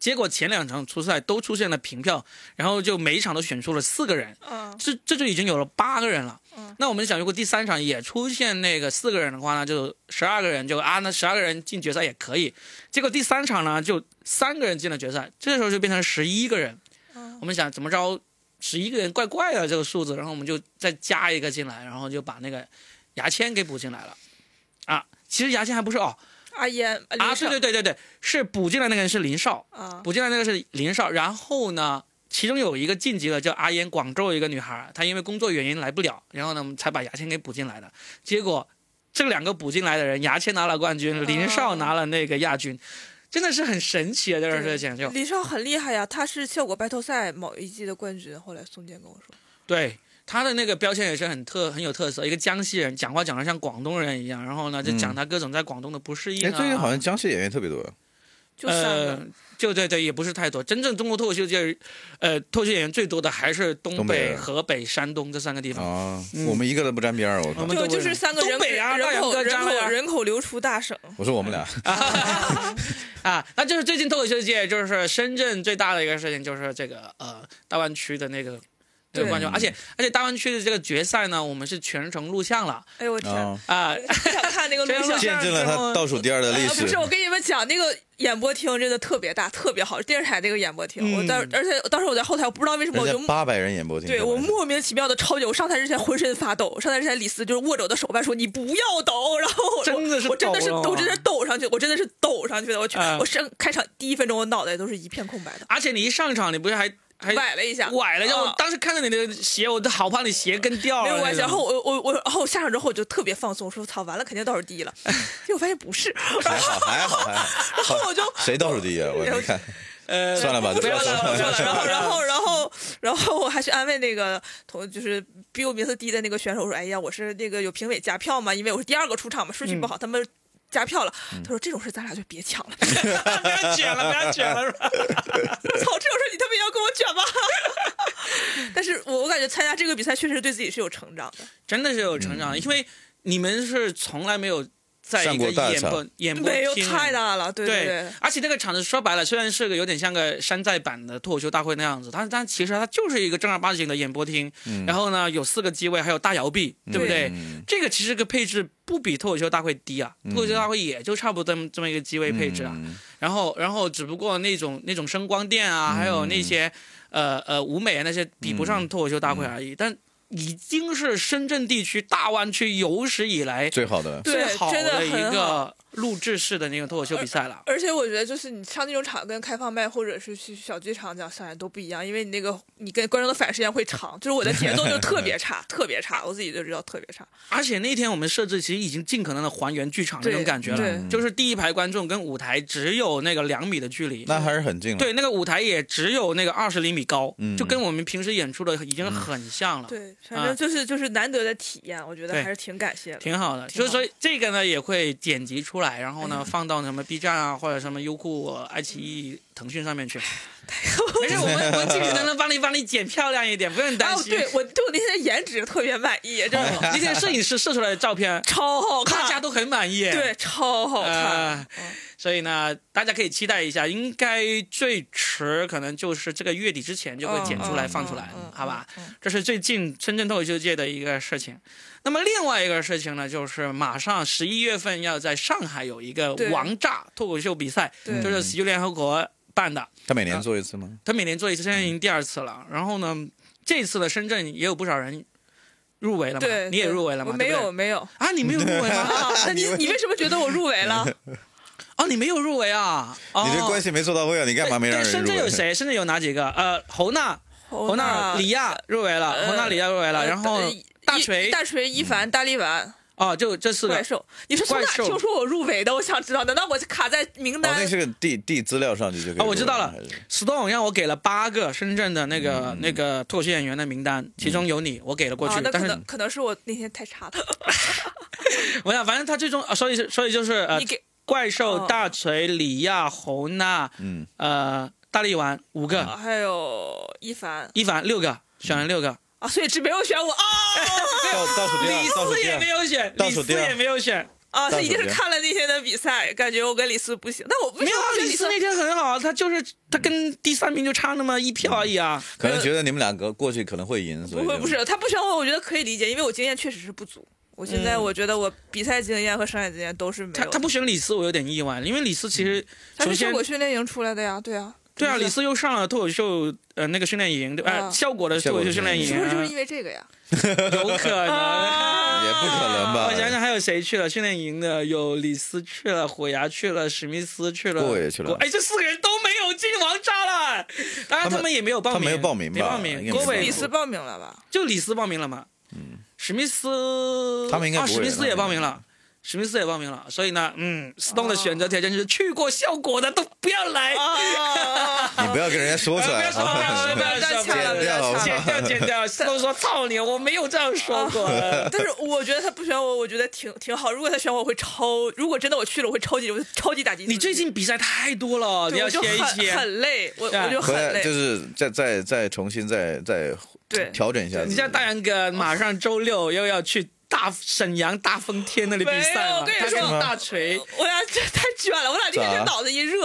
Speaker 1: 结果前两场初赛都出现了平票，然后就每一场都选出了四个人，
Speaker 2: 嗯，
Speaker 1: 这这就已经有了八个人了。
Speaker 2: 嗯
Speaker 1: 那我们想，如果第三场也出现那个四个人的话呢，就十二个人就啊，那十二个人进决赛也可以。结果第三场呢，就三个人进了决赛，这时候就变成十一个人。
Speaker 2: 嗯
Speaker 1: 我们想怎么着，十一个人怪怪的这个数字，然后我们就再加一个进来，然后就把那个牙签给补进来了。啊，其实牙签还不是哦，
Speaker 2: 阿烟呃
Speaker 1: 啊，对
Speaker 2: 林少
Speaker 1: 对对对对，是补进来那个人是林少，
Speaker 2: 啊，
Speaker 1: 补进来那个是林少，然后呢，其中有一个晋级了，叫阿烟，广州有一个女孩，她因为工作原因来不了，然后呢，我们才把牙签给补进来的。结果这两个补进来的人，牙签拿了冠军，林少拿了那个亚军，真的是很神奇啊！这件事情就
Speaker 2: 林少很厉害呀，他是效果 battle 赛某一季的冠军。后来宋健跟我说，
Speaker 1: 对。他的那个标签也是很特很有特色，一个江西人讲话讲得像广东人一样，然后呢就讲他各种在广东的不适应、啊
Speaker 3: 嗯哎，最近好像江西演员特别多，
Speaker 2: 就三个。
Speaker 1: 呃，就对对，也不是太多。真正中国脱口秀界，呃，脱口秀演员最多的还是东
Speaker 3: 东北
Speaker 1: 北、
Speaker 3: 人
Speaker 1: 河北、山东这三个地 方。
Speaker 3: 啊
Speaker 1: 嗯，
Speaker 3: 我们一个都不沾边儿，我
Speaker 1: 我
Speaker 3: 靠！
Speaker 1: 们
Speaker 2: 就
Speaker 1: 都不
Speaker 2: 就是三个人
Speaker 1: 东
Speaker 2: 口
Speaker 1: 北啊，大
Speaker 2: 人
Speaker 1: 杨
Speaker 2: 口
Speaker 1: 哥、
Speaker 2: 人
Speaker 1: 张
Speaker 2: 口
Speaker 1: 亮啊
Speaker 2: 人口流出 大省，
Speaker 3: 我说我们俩，
Speaker 1: 啊，那就是最近脱口秀界就是深圳最大的一个事情，就是这个呃大湾区的那个。那个
Speaker 2: 对
Speaker 1: 冠军，而且而且大湾区的这个决赛呢，我们是全程录像了
Speaker 2: 哎呦我天！
Speaker 3: 啊，
Speaker 1: 啊、
Speaker 2: 想看那个录
Speaker 1: 这样
Speaker 2: 像
Speaker 1: 录。
Speaker 3: 见证了他倒数第二的历
Speaker 1: 哎
Speaker 2: 啊，
Speaker 3: 史
Speaker 2: 不。是，我跟你们讲，那个演播厅真的特别大，特别好，电视台那个演播厅。
Speaker 1: 嗯
Speaker 2: 我当而且当时我在后台，我不知道为什么我
Speaker 3: 人
Speaker 2: 就
Speaker 3: 家八百人演播厅，
Speaker 2: 对
Speaker 3: 开玩
Speaker 2: 我
Speaker 3: 笑
Speaker 2: 莫名其妙的超级，我上台之前浑身发抖，上台之前李斯就是握着我的手腕说你不要抖，然后我
Speaker 1: 真的是
Speaker 2: 我真的是
Speaker 1: 抖啊了
Speaker 2: 我真的是抖上去，我真的是抖上去的，我去、
Speaker 1: 啊
Speaker 2: 我上开场第一分钟我脑袋都是一片空白的，
Speaker 1: 而且你一上场，你不是还还
Speaker 2: 崴了一下，
Speaker 1: 崴了一下，
Speaker 2: 啊
Speaker 1: 我当时看着你的鞋，我都好怕你鞋跟掉了
Speaker 2: 没
Speaker 1: 那种。
Speaker 2: 有关系。然后我我我，然后下场之后我就特别放松，我说操，完了肯定倒数第 一了。结果发现不是，
Speaker 3: 还好还好还好，
Speaker 2: 我就
Speaker 3: 谁倒数第一啊？我你看，
Speaker 1: 呃，
Speaker 3: 算了吧，
Speaker 2: 不
Speaker 3: 不
Speaker 2: 说
Speaker 3: 要
Speaker 2: 了，
Speaker 3: 说
Speaker 2: 不说了。然后，
Speaker 1: 了
Speaker 2: 然后，然后，然后我还去安慰那个同，就是比我名次低的那个选手，我说：“哎呀，我是那个有评委加票嘛，因为我是第二个出场嘛，顺序不好，他们加票了。”
Speaker 3: 嗯
Speaker 2: 他说：“这种事咱俩就别抢了。”
Speaker 1: 不要卷了，不要卷了，是吧？
Speaker 2: 我操，这种事你他妈也要跟我卷吗？ 但是我我感觉参加这个比赛确实对自己是有成长的，
Speaker 1: 真的是有成长，因为你们是从来没有在一
Speaker 3: 嗯上
Speaker 1: 个
Speaker 3: 过大
Speaker 1: 演播
Speaker 3: 场
Speaker 1: 演播
Speaker 2: 没有
Speaker 1: 厅
Speaker 2: 太大了，对
Speaker 1: 对
Speaker 2: 对。
Speaker 1: 而且那个场子说白了，虽然是个有点像个山寨版的脱口秀大会那样子，但但其实它就是一个正儿八经的演播厅。然后呢，有四个机位，还有大摇臂，对不对？
Speaker 3: 嗯
Speaker 1: 这个其实个配置不比脱口秀大会低啊，脱口秀大会也就差不多这么这么一个机位配置啊。
Speaker 3: 嗯
Speaker 1: 然后然后只不过那种那种声光电啊，还有那些呃呃舞美啊那些比不上脱口秀大会而已，但已经是深圳地区大湾区有史以来
Speaker 3: 最好的，
Speaker 1: 最好
Speaker 2: 真的
Speaker 1: 的一
Speaker 2: 很
Speaker 1: 个录制式的那个脱口秀比赛了。
Speaker 2: 而且我觉得，就是你上那种场跟开放麦或者是去小剧场讲上演都不一样，因为你那个你跟观众的反应时间会长，就是我的节奏就特 别差，特别差，我自己就知道特别差。
Speaker 1: 而且那天我们设置其实已经尽可能的还原剧场那种
Speaker 2: 对
Speaker 1: 感觉了，嗯
Speaker 2: 对
Speaker 1: 就是第一排观众跟舞台只有那个两米的距离。
Speaker 3: 那还是很近了。
Speaker 1: 对，那个舞台也只有那个二十厘米高，
Speaker 3: 嗯
Speaker 1: 就跟我们平时演出的已经很像了。
Speaker 2: 对，反正就是、就是难得的体验，我觉
Speaker 1: 啊
Speaker 2: 得
Speaker 1: 对
Speaker 2: 还是挺感谢的。
Speaker 1: 挺好的。
Speaker 2: 挺
Speaker 1: 所以
Speaker 2: 好
Speaker 1: 说这个呢也会剪辑出出来，然后呢放到什么 B 站啊或者什么优酷、爱奇艺、腾讯上面去。没事，我 们我们尽可能的帮你帮你剪漂亮一点，不用担
Speaker 2: 哦，
Speaker 1: 心。
Speaker 2: 对我对我那天的颜值特别满意，就是，
Speaker 1: 哦那些摄影师摄出来的照片
Speaker 2: 超好看，
Speaker 1: 大家都很满意。
Speaker 2: 对，超好看。嗯
Speaker 1: 呃，所以呢，大家可以期待一下，应该最迟可能就是这个月底之前就会剪出来、
Speaker 2: 嗯嗯
Speaker 1: 放出来，
Speaker 2: 嗯嗯
Speaker 1: 好吧？
Speaker 2: 嗯嗯
Speaker 1: 这是最近深圳脱口秀界的一个事情。那么另外一个事情呢，就是马上十一月份要在上海有一个
Speaker 2: 对
Speaker 1: 王炸脱口秀比赛，
Speaker 2: 对
Speaker 1: 就是喜剧联合国办的，
Speaker 3: 他每年做一次吗？
Speaker 1: 他每年做一次，现在已经第二次了。然后呢，这次的深圳也有不少人入围了嘛，
Speaker 2: 对，
Speaker 1: 你也
Speaker 2: 对
Speaker 1: 入围了吗？
Speaker 2: 我没
Speaker 1: 对不对
Speaker 2: 有，没有。
Speaker 1: 啊，你没有 入围吗？
Speaker 2: 啊，那你你为什么觉得我入 围了？
Speaker 1: 哦，你没有入围啊？哦、哎
Speaker 3: 你这关系没做到位啊！哦你干嘛没
Speaker 1: 对，
Speaker 3: 让人
Speaker 1: 深
Speaker 3: 入
Speaker 1: 圳有
Speaker 3: 围？
Speaker 1: 谁？深圳有哪几个？呃，侯娜、侯娜、
Speaker 2: 娜
Speaker 1: 哦李亚入围了，
Speaker 2: 呃
Speaker 1: 侯娜、李亚入围了，
Speaker 2: 呃
Speaker 1: 然后
Speaker 2: 呃
Speaker 1: 大
Speaker 2: 一
Speaker 1: 锤
Speaker 2: 大锤、一凡、大力丸、
Speaker 1: 哦，就这四
Speaker 2: 怪
Speaker 1: 个。
Speaker 2: 兽，你是从
Speaker 1: 怪
Speaker 2: 哪
Speaker 1: 兽
Speaker 2: 听说我入围的？我想知道，难道我卡在名
Speaker 3: 哦，那
Speaker 2: 单？
Speaker 3: 是个递递资料上去就可以。
Speaker 1: 哦，我知道了，Stone 让我给了八个深圳的那
Speaker 3: 嗯
Speaker 1: 个那个脱口秀演员的名单，其中有你，我给了过
Speaker 2: 啊
Speaker 1: 去，，
Speaker 2: 那
Speaker 1: 但
Speaker 2: 可
Speaker 1: 是
Speaker 2: 能可能是我那天太差了。
Speaker 1: 我想，反正他最终，啊所以是所以就是呃
Speaker 2: 你，给
Speaker 1: 怪兽、
Speaker 2: 哦
Speaker 1: 大锤、李亚、侯娜，
Speaker 3: 嗯，
Speaker 1: 呃，大力丸五
Speaker 3: 啊
Speaker 1: 个，
Speaker 2: 啊还有一凡
Speaker 1: 一凡六个，选了六个，
Speaker 2: 啊，所以只没有 选我啊
Speaker 3: 倒倒数第
Speaker 1: 哎李
Speaker 3: 嗯二，倒
Speaker 1: 斯
Speaker 3: 数第
Speaker 1: 也没
Speaker 3: 二，
Speaker 1: 有选，
Speaker 3: 倒
Speaker 1: 李
Speaker 3: 数
Speaker 1: 斯
Speaker 3: 第二
Speaker 1: 也没有选，
Speaker 2: 啊！
Speaker 3: 大
Speaker 2: 他一定
Speaker 3: 手
Speaker 2: 是
Speaker 3: 碟
Speaker 2: 看了那天的比赛，感觉我跟李斯不行。那我为
Speaker 1: 没
Speaker 2: 什
Speaker 1: 有
Speaker 2: 么
Speaker 1: 啊
Speaker 2: 要，选
Speaker 1: 李
Speaker 2: 李
Speaker 1: 斯
Speaker 2: 斯？
Speaker 1: 那天很好，啊他就是他跟第三名就差那么一票而已啊。
Speaker 2: 嗯
Speaker 3: 可能觉得你们两个过去可能会赢，所以
Speaker 2: 不会，
Speaker 3: 就
Speaker 2: 不是他不选我，我觉得可以理解，因为我经验确实是不足。我现在
Speaker 1: 嗯
Speaker 2: 我觉得我比赛经验和商业经验都是没
Speaker 1: 他
Speaker 2: 有的。
Speaker 1: 他不选李斯，我有点意外，因为李斯其实
Speaker 2: 嗯他
Speaker 1: 首
Speaker 2: 是
Speaker 1: 先
Speaker 2: 效果训练营出来的呀，对啊，
Speaker 1: 对啊，
Speaker 2: 是不
Speaker 1: 李
Speaker 2: 是
Speaker 1: 斯又上了脱口秀呃那个训练营，对吧？
Speaker 2: 啊
Speaker 1: 呃效果的脱口秀训练营
Speaker 2: 是不是就是啊
Speaker 1: 啊，
Speaker 2: 因为这 个呀？
Speaker 1: 有可 能。
Speaker 3: 也不可能吧
Speaker 1: 我想想还有谁去了训练营的？有李斯去了，虎牙去了，史密斯去了，
Speaker 3: 郭伟也去了
Speaker 1: 郭哎，这四个人都没有进王炸了。当然
Speaker 3: 他们
Speaker 1: 们也没有报名，
Speaker 3: 他没有报名吧
Speaker 1: 没报
Speaker 3: 应
Speaker 1: 名。
Speaker 3: 该没
Speaker 1: 郭
Speaker 3: 对
Speaker 1: 伟
Speaker 2: 李斯报名了吧？
Speaker 1: 就李斯报名了嘛。嗯，史密斯，
Speaker 3: 他们应该
Speaker 1: 啊，
Speaker 3: 不会
Speaker 1: 史密斯也报名
Speaker 3: 他
Speaker 1: 了。史密斯也报名了，所以呢，嗯，Stone
Speaker 2: 哦
Speaker 1: 的选择条件就是去过效果的都不要来，
Speaker 2: 啊，
Speaker 3: 你不要跟人家说出
Speaker 1: 不
Speaker 3: 来
Speaker 1: 哎要说 不要 说不
Speaker 3: 啊！
Speaker 1: 要说，不
Speaker 2: 剪
Speaker 1: 要
Speaker 2: 掉
Speaker 1: 说
Speaker 3: 好
Speaker 1: 剪
Speaker 3: 吧
Speaker 1: 掉剪 掉。Stone 说：“操你，我没有这样说过。
Speaker 2: 但是我觉得他不选我，我觉得挺挺好。如果他选我，我会超。如果真的我去了，我会超级我超级打击自己。
Speaker 1: 你最近比赛太多了，你
Speaker 2: 对
Speaker 1: 要
Speaker 2: 我就
Speaker 1: 歇一
Speaker 2: 很
Speaker 1: 歇。
Speaker 2: 很累，我
Speaker 1: 对啊
Speaker 2: 我就
Speaker 3: 回
Speaker 2: 很
Speaker 3: 来
Speaker 2: 累。
Speaker 3: 就是再再再重新再再
Speaker 2: 对
Speaker 3: 调整一下自己。
Speaker 1: 你像大杨哥，马上周六又要去大沈阳大风天那里比赛
Speaker 2: 没有
Speaker 1: 了
Speaker 2: 我，跟你
Speaker 1: 他跟
Speaker 2: 说
Speaker 1: 大锤
Speaker 2: 我俩这太卷了，我俩那天
Speaker 3: 咋
Speaker 2: 这脑子一热，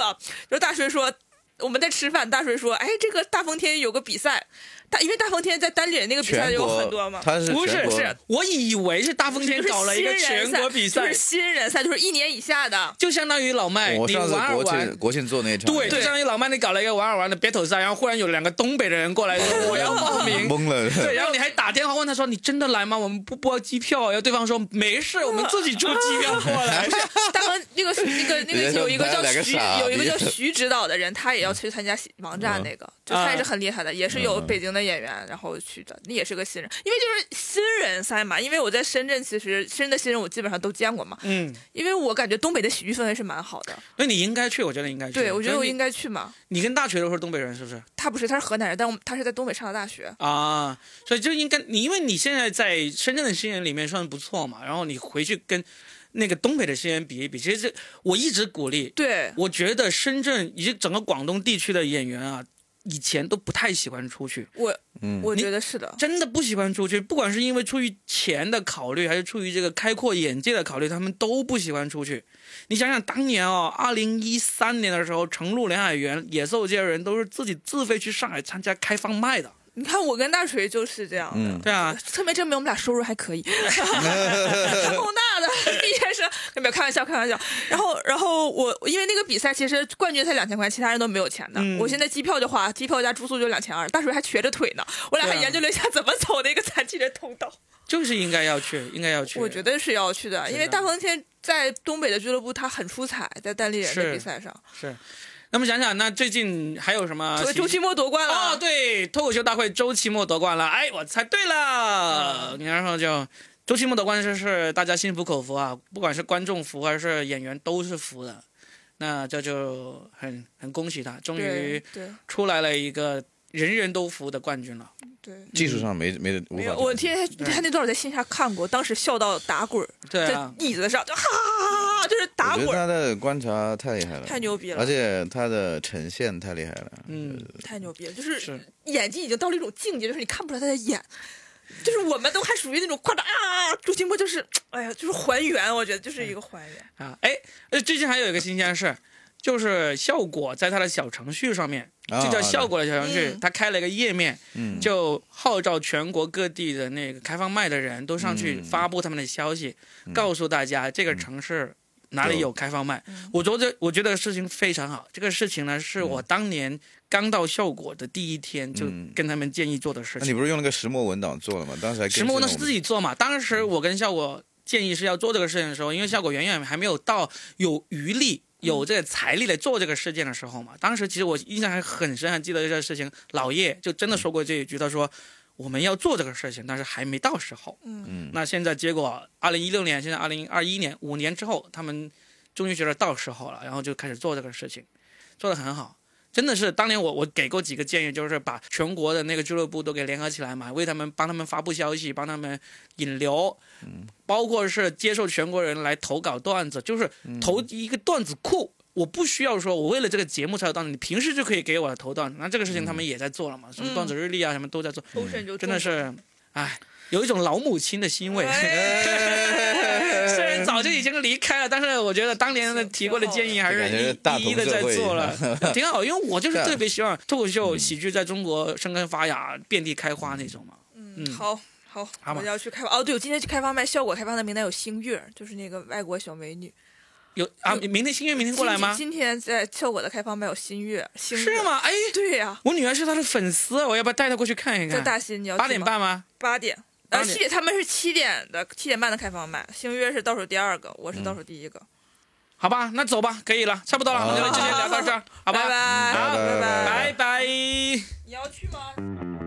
Speaker 2: 就是大锤说我们在吃饭，大锤说，哎，这个大风天有个比赛，大因为大风天在单立那个比赛
Speaker 3: 全
Speaker 2: 有
Speaker 3: 国
Speaker 2: 很多嘛。
Speaker 3: 他是
Speaker 1: 不是
Speaker 3: 全国
Speaker 1: 是，我以为是大风天
Speaker 2: 就是
Speaker 1: 搞了一个
Speaker 2: 新人
Speaker 1: 全国比
Speaker 2: 就
Speaker 1: 赛
Speaker 2: 是，新人赛，就是一年以下的。
Speaker 1: 就相当于老麦，
Speaker 3: 我
Speaker 1: 你
Speaker 3: 上次
Speaker 1: 玩二
Speaker 3: 国
Speaker 1: 玩
Speaker 3: 庆。国庆做那场，
Speaker 1: 对，就相当于老麦你搞了一个玩二玩的 battle 赛，然后忽然有两个东北的人过来 说我要报名，
Speaker 3: 懵了。
Speaker 1: 对， 然后你还打电话问他说你真的来吗？我们不包机票啊，然后对方说没事，我们自己出机票过来。
Speaker 2: 大鹏那个那个那个
Speaker 3: 人家
Speaker 2: 有一个
Speaker 3: 两
Speaker 2: 叫
Speaker 3: 个
Speaker 2: 徐
Speaker 3: 傻
Speaker 2: 有一个
Speaker 3: 逼嗯
Speaker 2: 叫徐指导的人，他也要去参加王炸那个，就他也是很厉害的，也是有北京的演员，然后去的，那也是个新人，因为就是新人赛嘛。因为我在深圳，其实深圳的新人我基本上都见过嘛，
Speaker 1: 嗯，
Speaker 2: 因为我感觉东北的喜剧氛围是蛮好的。
Speaker 1: 所以你应该去，我觉得应该去。
Speaker 2: 对，我觉得我应
Speaker 1: 该。
Speaker 2: 该去嘛。
Speaker 1: 你跟大学的时候东北人是不是
Speaker 2: 他不是，他是河南人，但我们他是在东北上的大学。
Speaker 1: 啊？所以就应该你，因为你现在在深圳的新人里面算不错嘛，然后你回去跟那个东北的新人比一比，其实这我一直鼓励，
Speaker 2: 对，
Speaker 1: 我觉得深圳以及整个广东地区的演员啊，以前都不太喜欢出去，
Speaker 2: 我
Speaker 3: 嗯
Speaker 2: 我
Speaker 1: 你
Speaker 2: 觉得是的。
Speaker 1: 真的不喜欢出去。不管是因为出于钱的考虑，还是出于这个开阔眼界的考虑，他们都不喜欢出去。你想想，当年哦，二零一三年的时候，成都、梁海源、野兽这些人都是自己自费去上海参加开放麦的，
Speaker 2: 你看我跟大锤就是这样的。
Speaker 3: 嗯
Speaker 1: 对啊。
Speaker 2: 侧面证明我们俩收入还可以，欧娜的毕业生，没有开玩笑，开玩笑。然后，然后我因为那个比赛其实冠军才两千块，其他人都没有钱的。
Speaker 1: 嗯
Speaker 2: 我现在机票就花，机票加住宿就两千二，大锤还瘸着腿呢。我俩还
Speaker 1: 对啊
Speaker 2: 研究了一下怎么走那个残疾人通道。
Speaker 1: 就是应该要去，应该要去。
Speaker 2: 我觉得是要去的，因为大风天在东北的俱乐部他很出彩，在单立人
Speaker 1: 是
Speaker 2: 的比赛上，
Speaker 1: 是。那么想想，那最近还有什么喜
Speaker 2: 所以
Speaker 1: 剧？
Speaker 2: 周奇墨夺冠 了。
Speaker 1: 哦，对，脱口秀大会周奇墨夺冠了，哎，我猜对了，然后就周奇墨夺冠是是大家心服口服啊，不管是观众服还是演员都是服的，那这就很很恭喜他，终于
Speaker 2: 对对
Speaker 1: 出来了一个人人都服的冠军了。
Speaker 2: 对，
Speaker 3: 技术上没没无
Speaker 2: 没
Speaker 3: 法
Speaker 2: 有，。我天天他那段我在线下看过，当时笑到打滚儿，
Speaker 1: 对
Speaker 2: 在
Speaker 1: 啊，
Speaker 2: 椅子上就哈哈哈哈，道，就是打
Speaker 3: 我觉得
Speaker 2: 滚
Speaker 3: 他
Speaker 2: 儿，
Speaker 3: 的观察太厉害了，
Speaker 2: 太牛逼
Speaker 3: 而
Speaker 2: 了，
Speaker 3: 且他的呈现太厉害了。
Speaker 1: 嗯，
Speaker 2: 太牛逼了，就是
Speaker 1: 是
Speaker 2: 演技已经到了一种境界，就是你看不出来他在演。就是我们都还属于那种夸张啊，周清波就是，哎呀，就是还原，我觉得就是一个还原。
Speaker 1: 啊，哎，呃，最近还有一个新鲜事儿，就是效果在它的小程序上面，
Speaker 3: 啊
Speaker 1: 就叫
Speaker 3: 啊
Speaker 1: 效果的小程序
Speaker 2: 嗯，
Speaker 1: 它开了一个页面，
Speaker 3: 嗯，
Speaker 1: 就号召全国各地的那个开放麦的人都上去
Speaker 3: 嗯
Speaker 1: 发布他们的消息，告诉大家这个城市哪里有开放麦。我觉得我觉得事情非常好，这个事情呢是我当年刚到效果的第一天就
Speaker 3: 嗯
Speaker 1: 跟他们建议做的事
Speaker 3: 那
Speaker 1: 情
Speaker 3: 你。不是用那个石墨文档做了吗？当时还
Speaker 1: 石墨呢是自己做嘛？当时我跟效果建议是要做这个事情的时候，因为效果远远还没有到有余力、有这个财力来做这个事件的时候嘛。当时其实我印象还很深，还记得这个事情，老叶就真的说过这一句，他说。我们要做这个事情，但是还没到时候。
Speaker 3: 嗯
Speaker 1: 那现在结果，二零一六年，现在二零二一年，五年之后，他们终于觉得到时候了，然后就开始做这个事情，做得很好。真的是，当年我我给过几个建议，就是把全国的那个俱乐部都给联合起来嘛，为他们帮他们发布消息，帮他们引流，包括是接受全国人来投稿段子，就是投一个段子库。我不需要说，我为了这个节目才有段子，你平时就可以给我投段子。那这个事情他们也在做了嘛，什么段子日历啊，什么都在做，
Speaker 2: 欧神就
Speaker 1: 真的是，哎，有一种老母亲的欣慰。虽然早就已经离开了，但是我觉得当年的提过的建议还
Speaker 3: 这
Speaker 1: 是
Speaker 3: 感觉是大
Speaker 1: 一一一
Speaker 3: 同
Speaker 1: 的
Speaker 3: 社
Speaker 1: 在
Speaker 3: 会
Speaker 1: 做 了，挺好。因为我就是
Speaker 3: 是啊
Speaker 1: 特别希望脱口秀喜剧在中国生根发芽、遍地开花那种嘛。嗯
Speaker 2: 好好，
Speaker 1: 好吧
Speaker 2: 我要去开放。哦，对，我今天去开放麦，效果开放的名单有星月，就是那个外国小美女。
Speaker 1: 有啊，明天新月明天过来吗？
Speaker 2: 今今天在效果的开放麦有新月，星月
Speaker 1: 是？吗？哎，
Speaker 2: 对呀、
Speaker 1: 我女儿是她的粉丝，我要不要带她过去看一
Speaker 2: 在
Speaker 1: 看？
Speaker 2: 大新你要去
Speaker 1: 八点
Speaker 2: 吗？
Speaker 1: 半吗？
Speaker 2: 八点。
Speaker 1: 八
Speaker 2: 呃，
Speaker 1: 点
Speaker 2: 七点他们是七点的七点半的开放麦，星月是倒数第二个，我是倒
Speaker 1: 嗯
Speaker 2: 数第一个。
Speaker 1: 好吧，那走吧，可以了，差不多了，我们就今天聊到这儿，好吧？
Speaker 2: 拜拜
Speaker 1: 好
Speaker 3: 拜
Speaker 2: 拜
Speaker 1: 拜
Speaker 3: 拜
Speaker 1: 拜。
Speaker 2: 你要去吗？
Speaker 3: 拜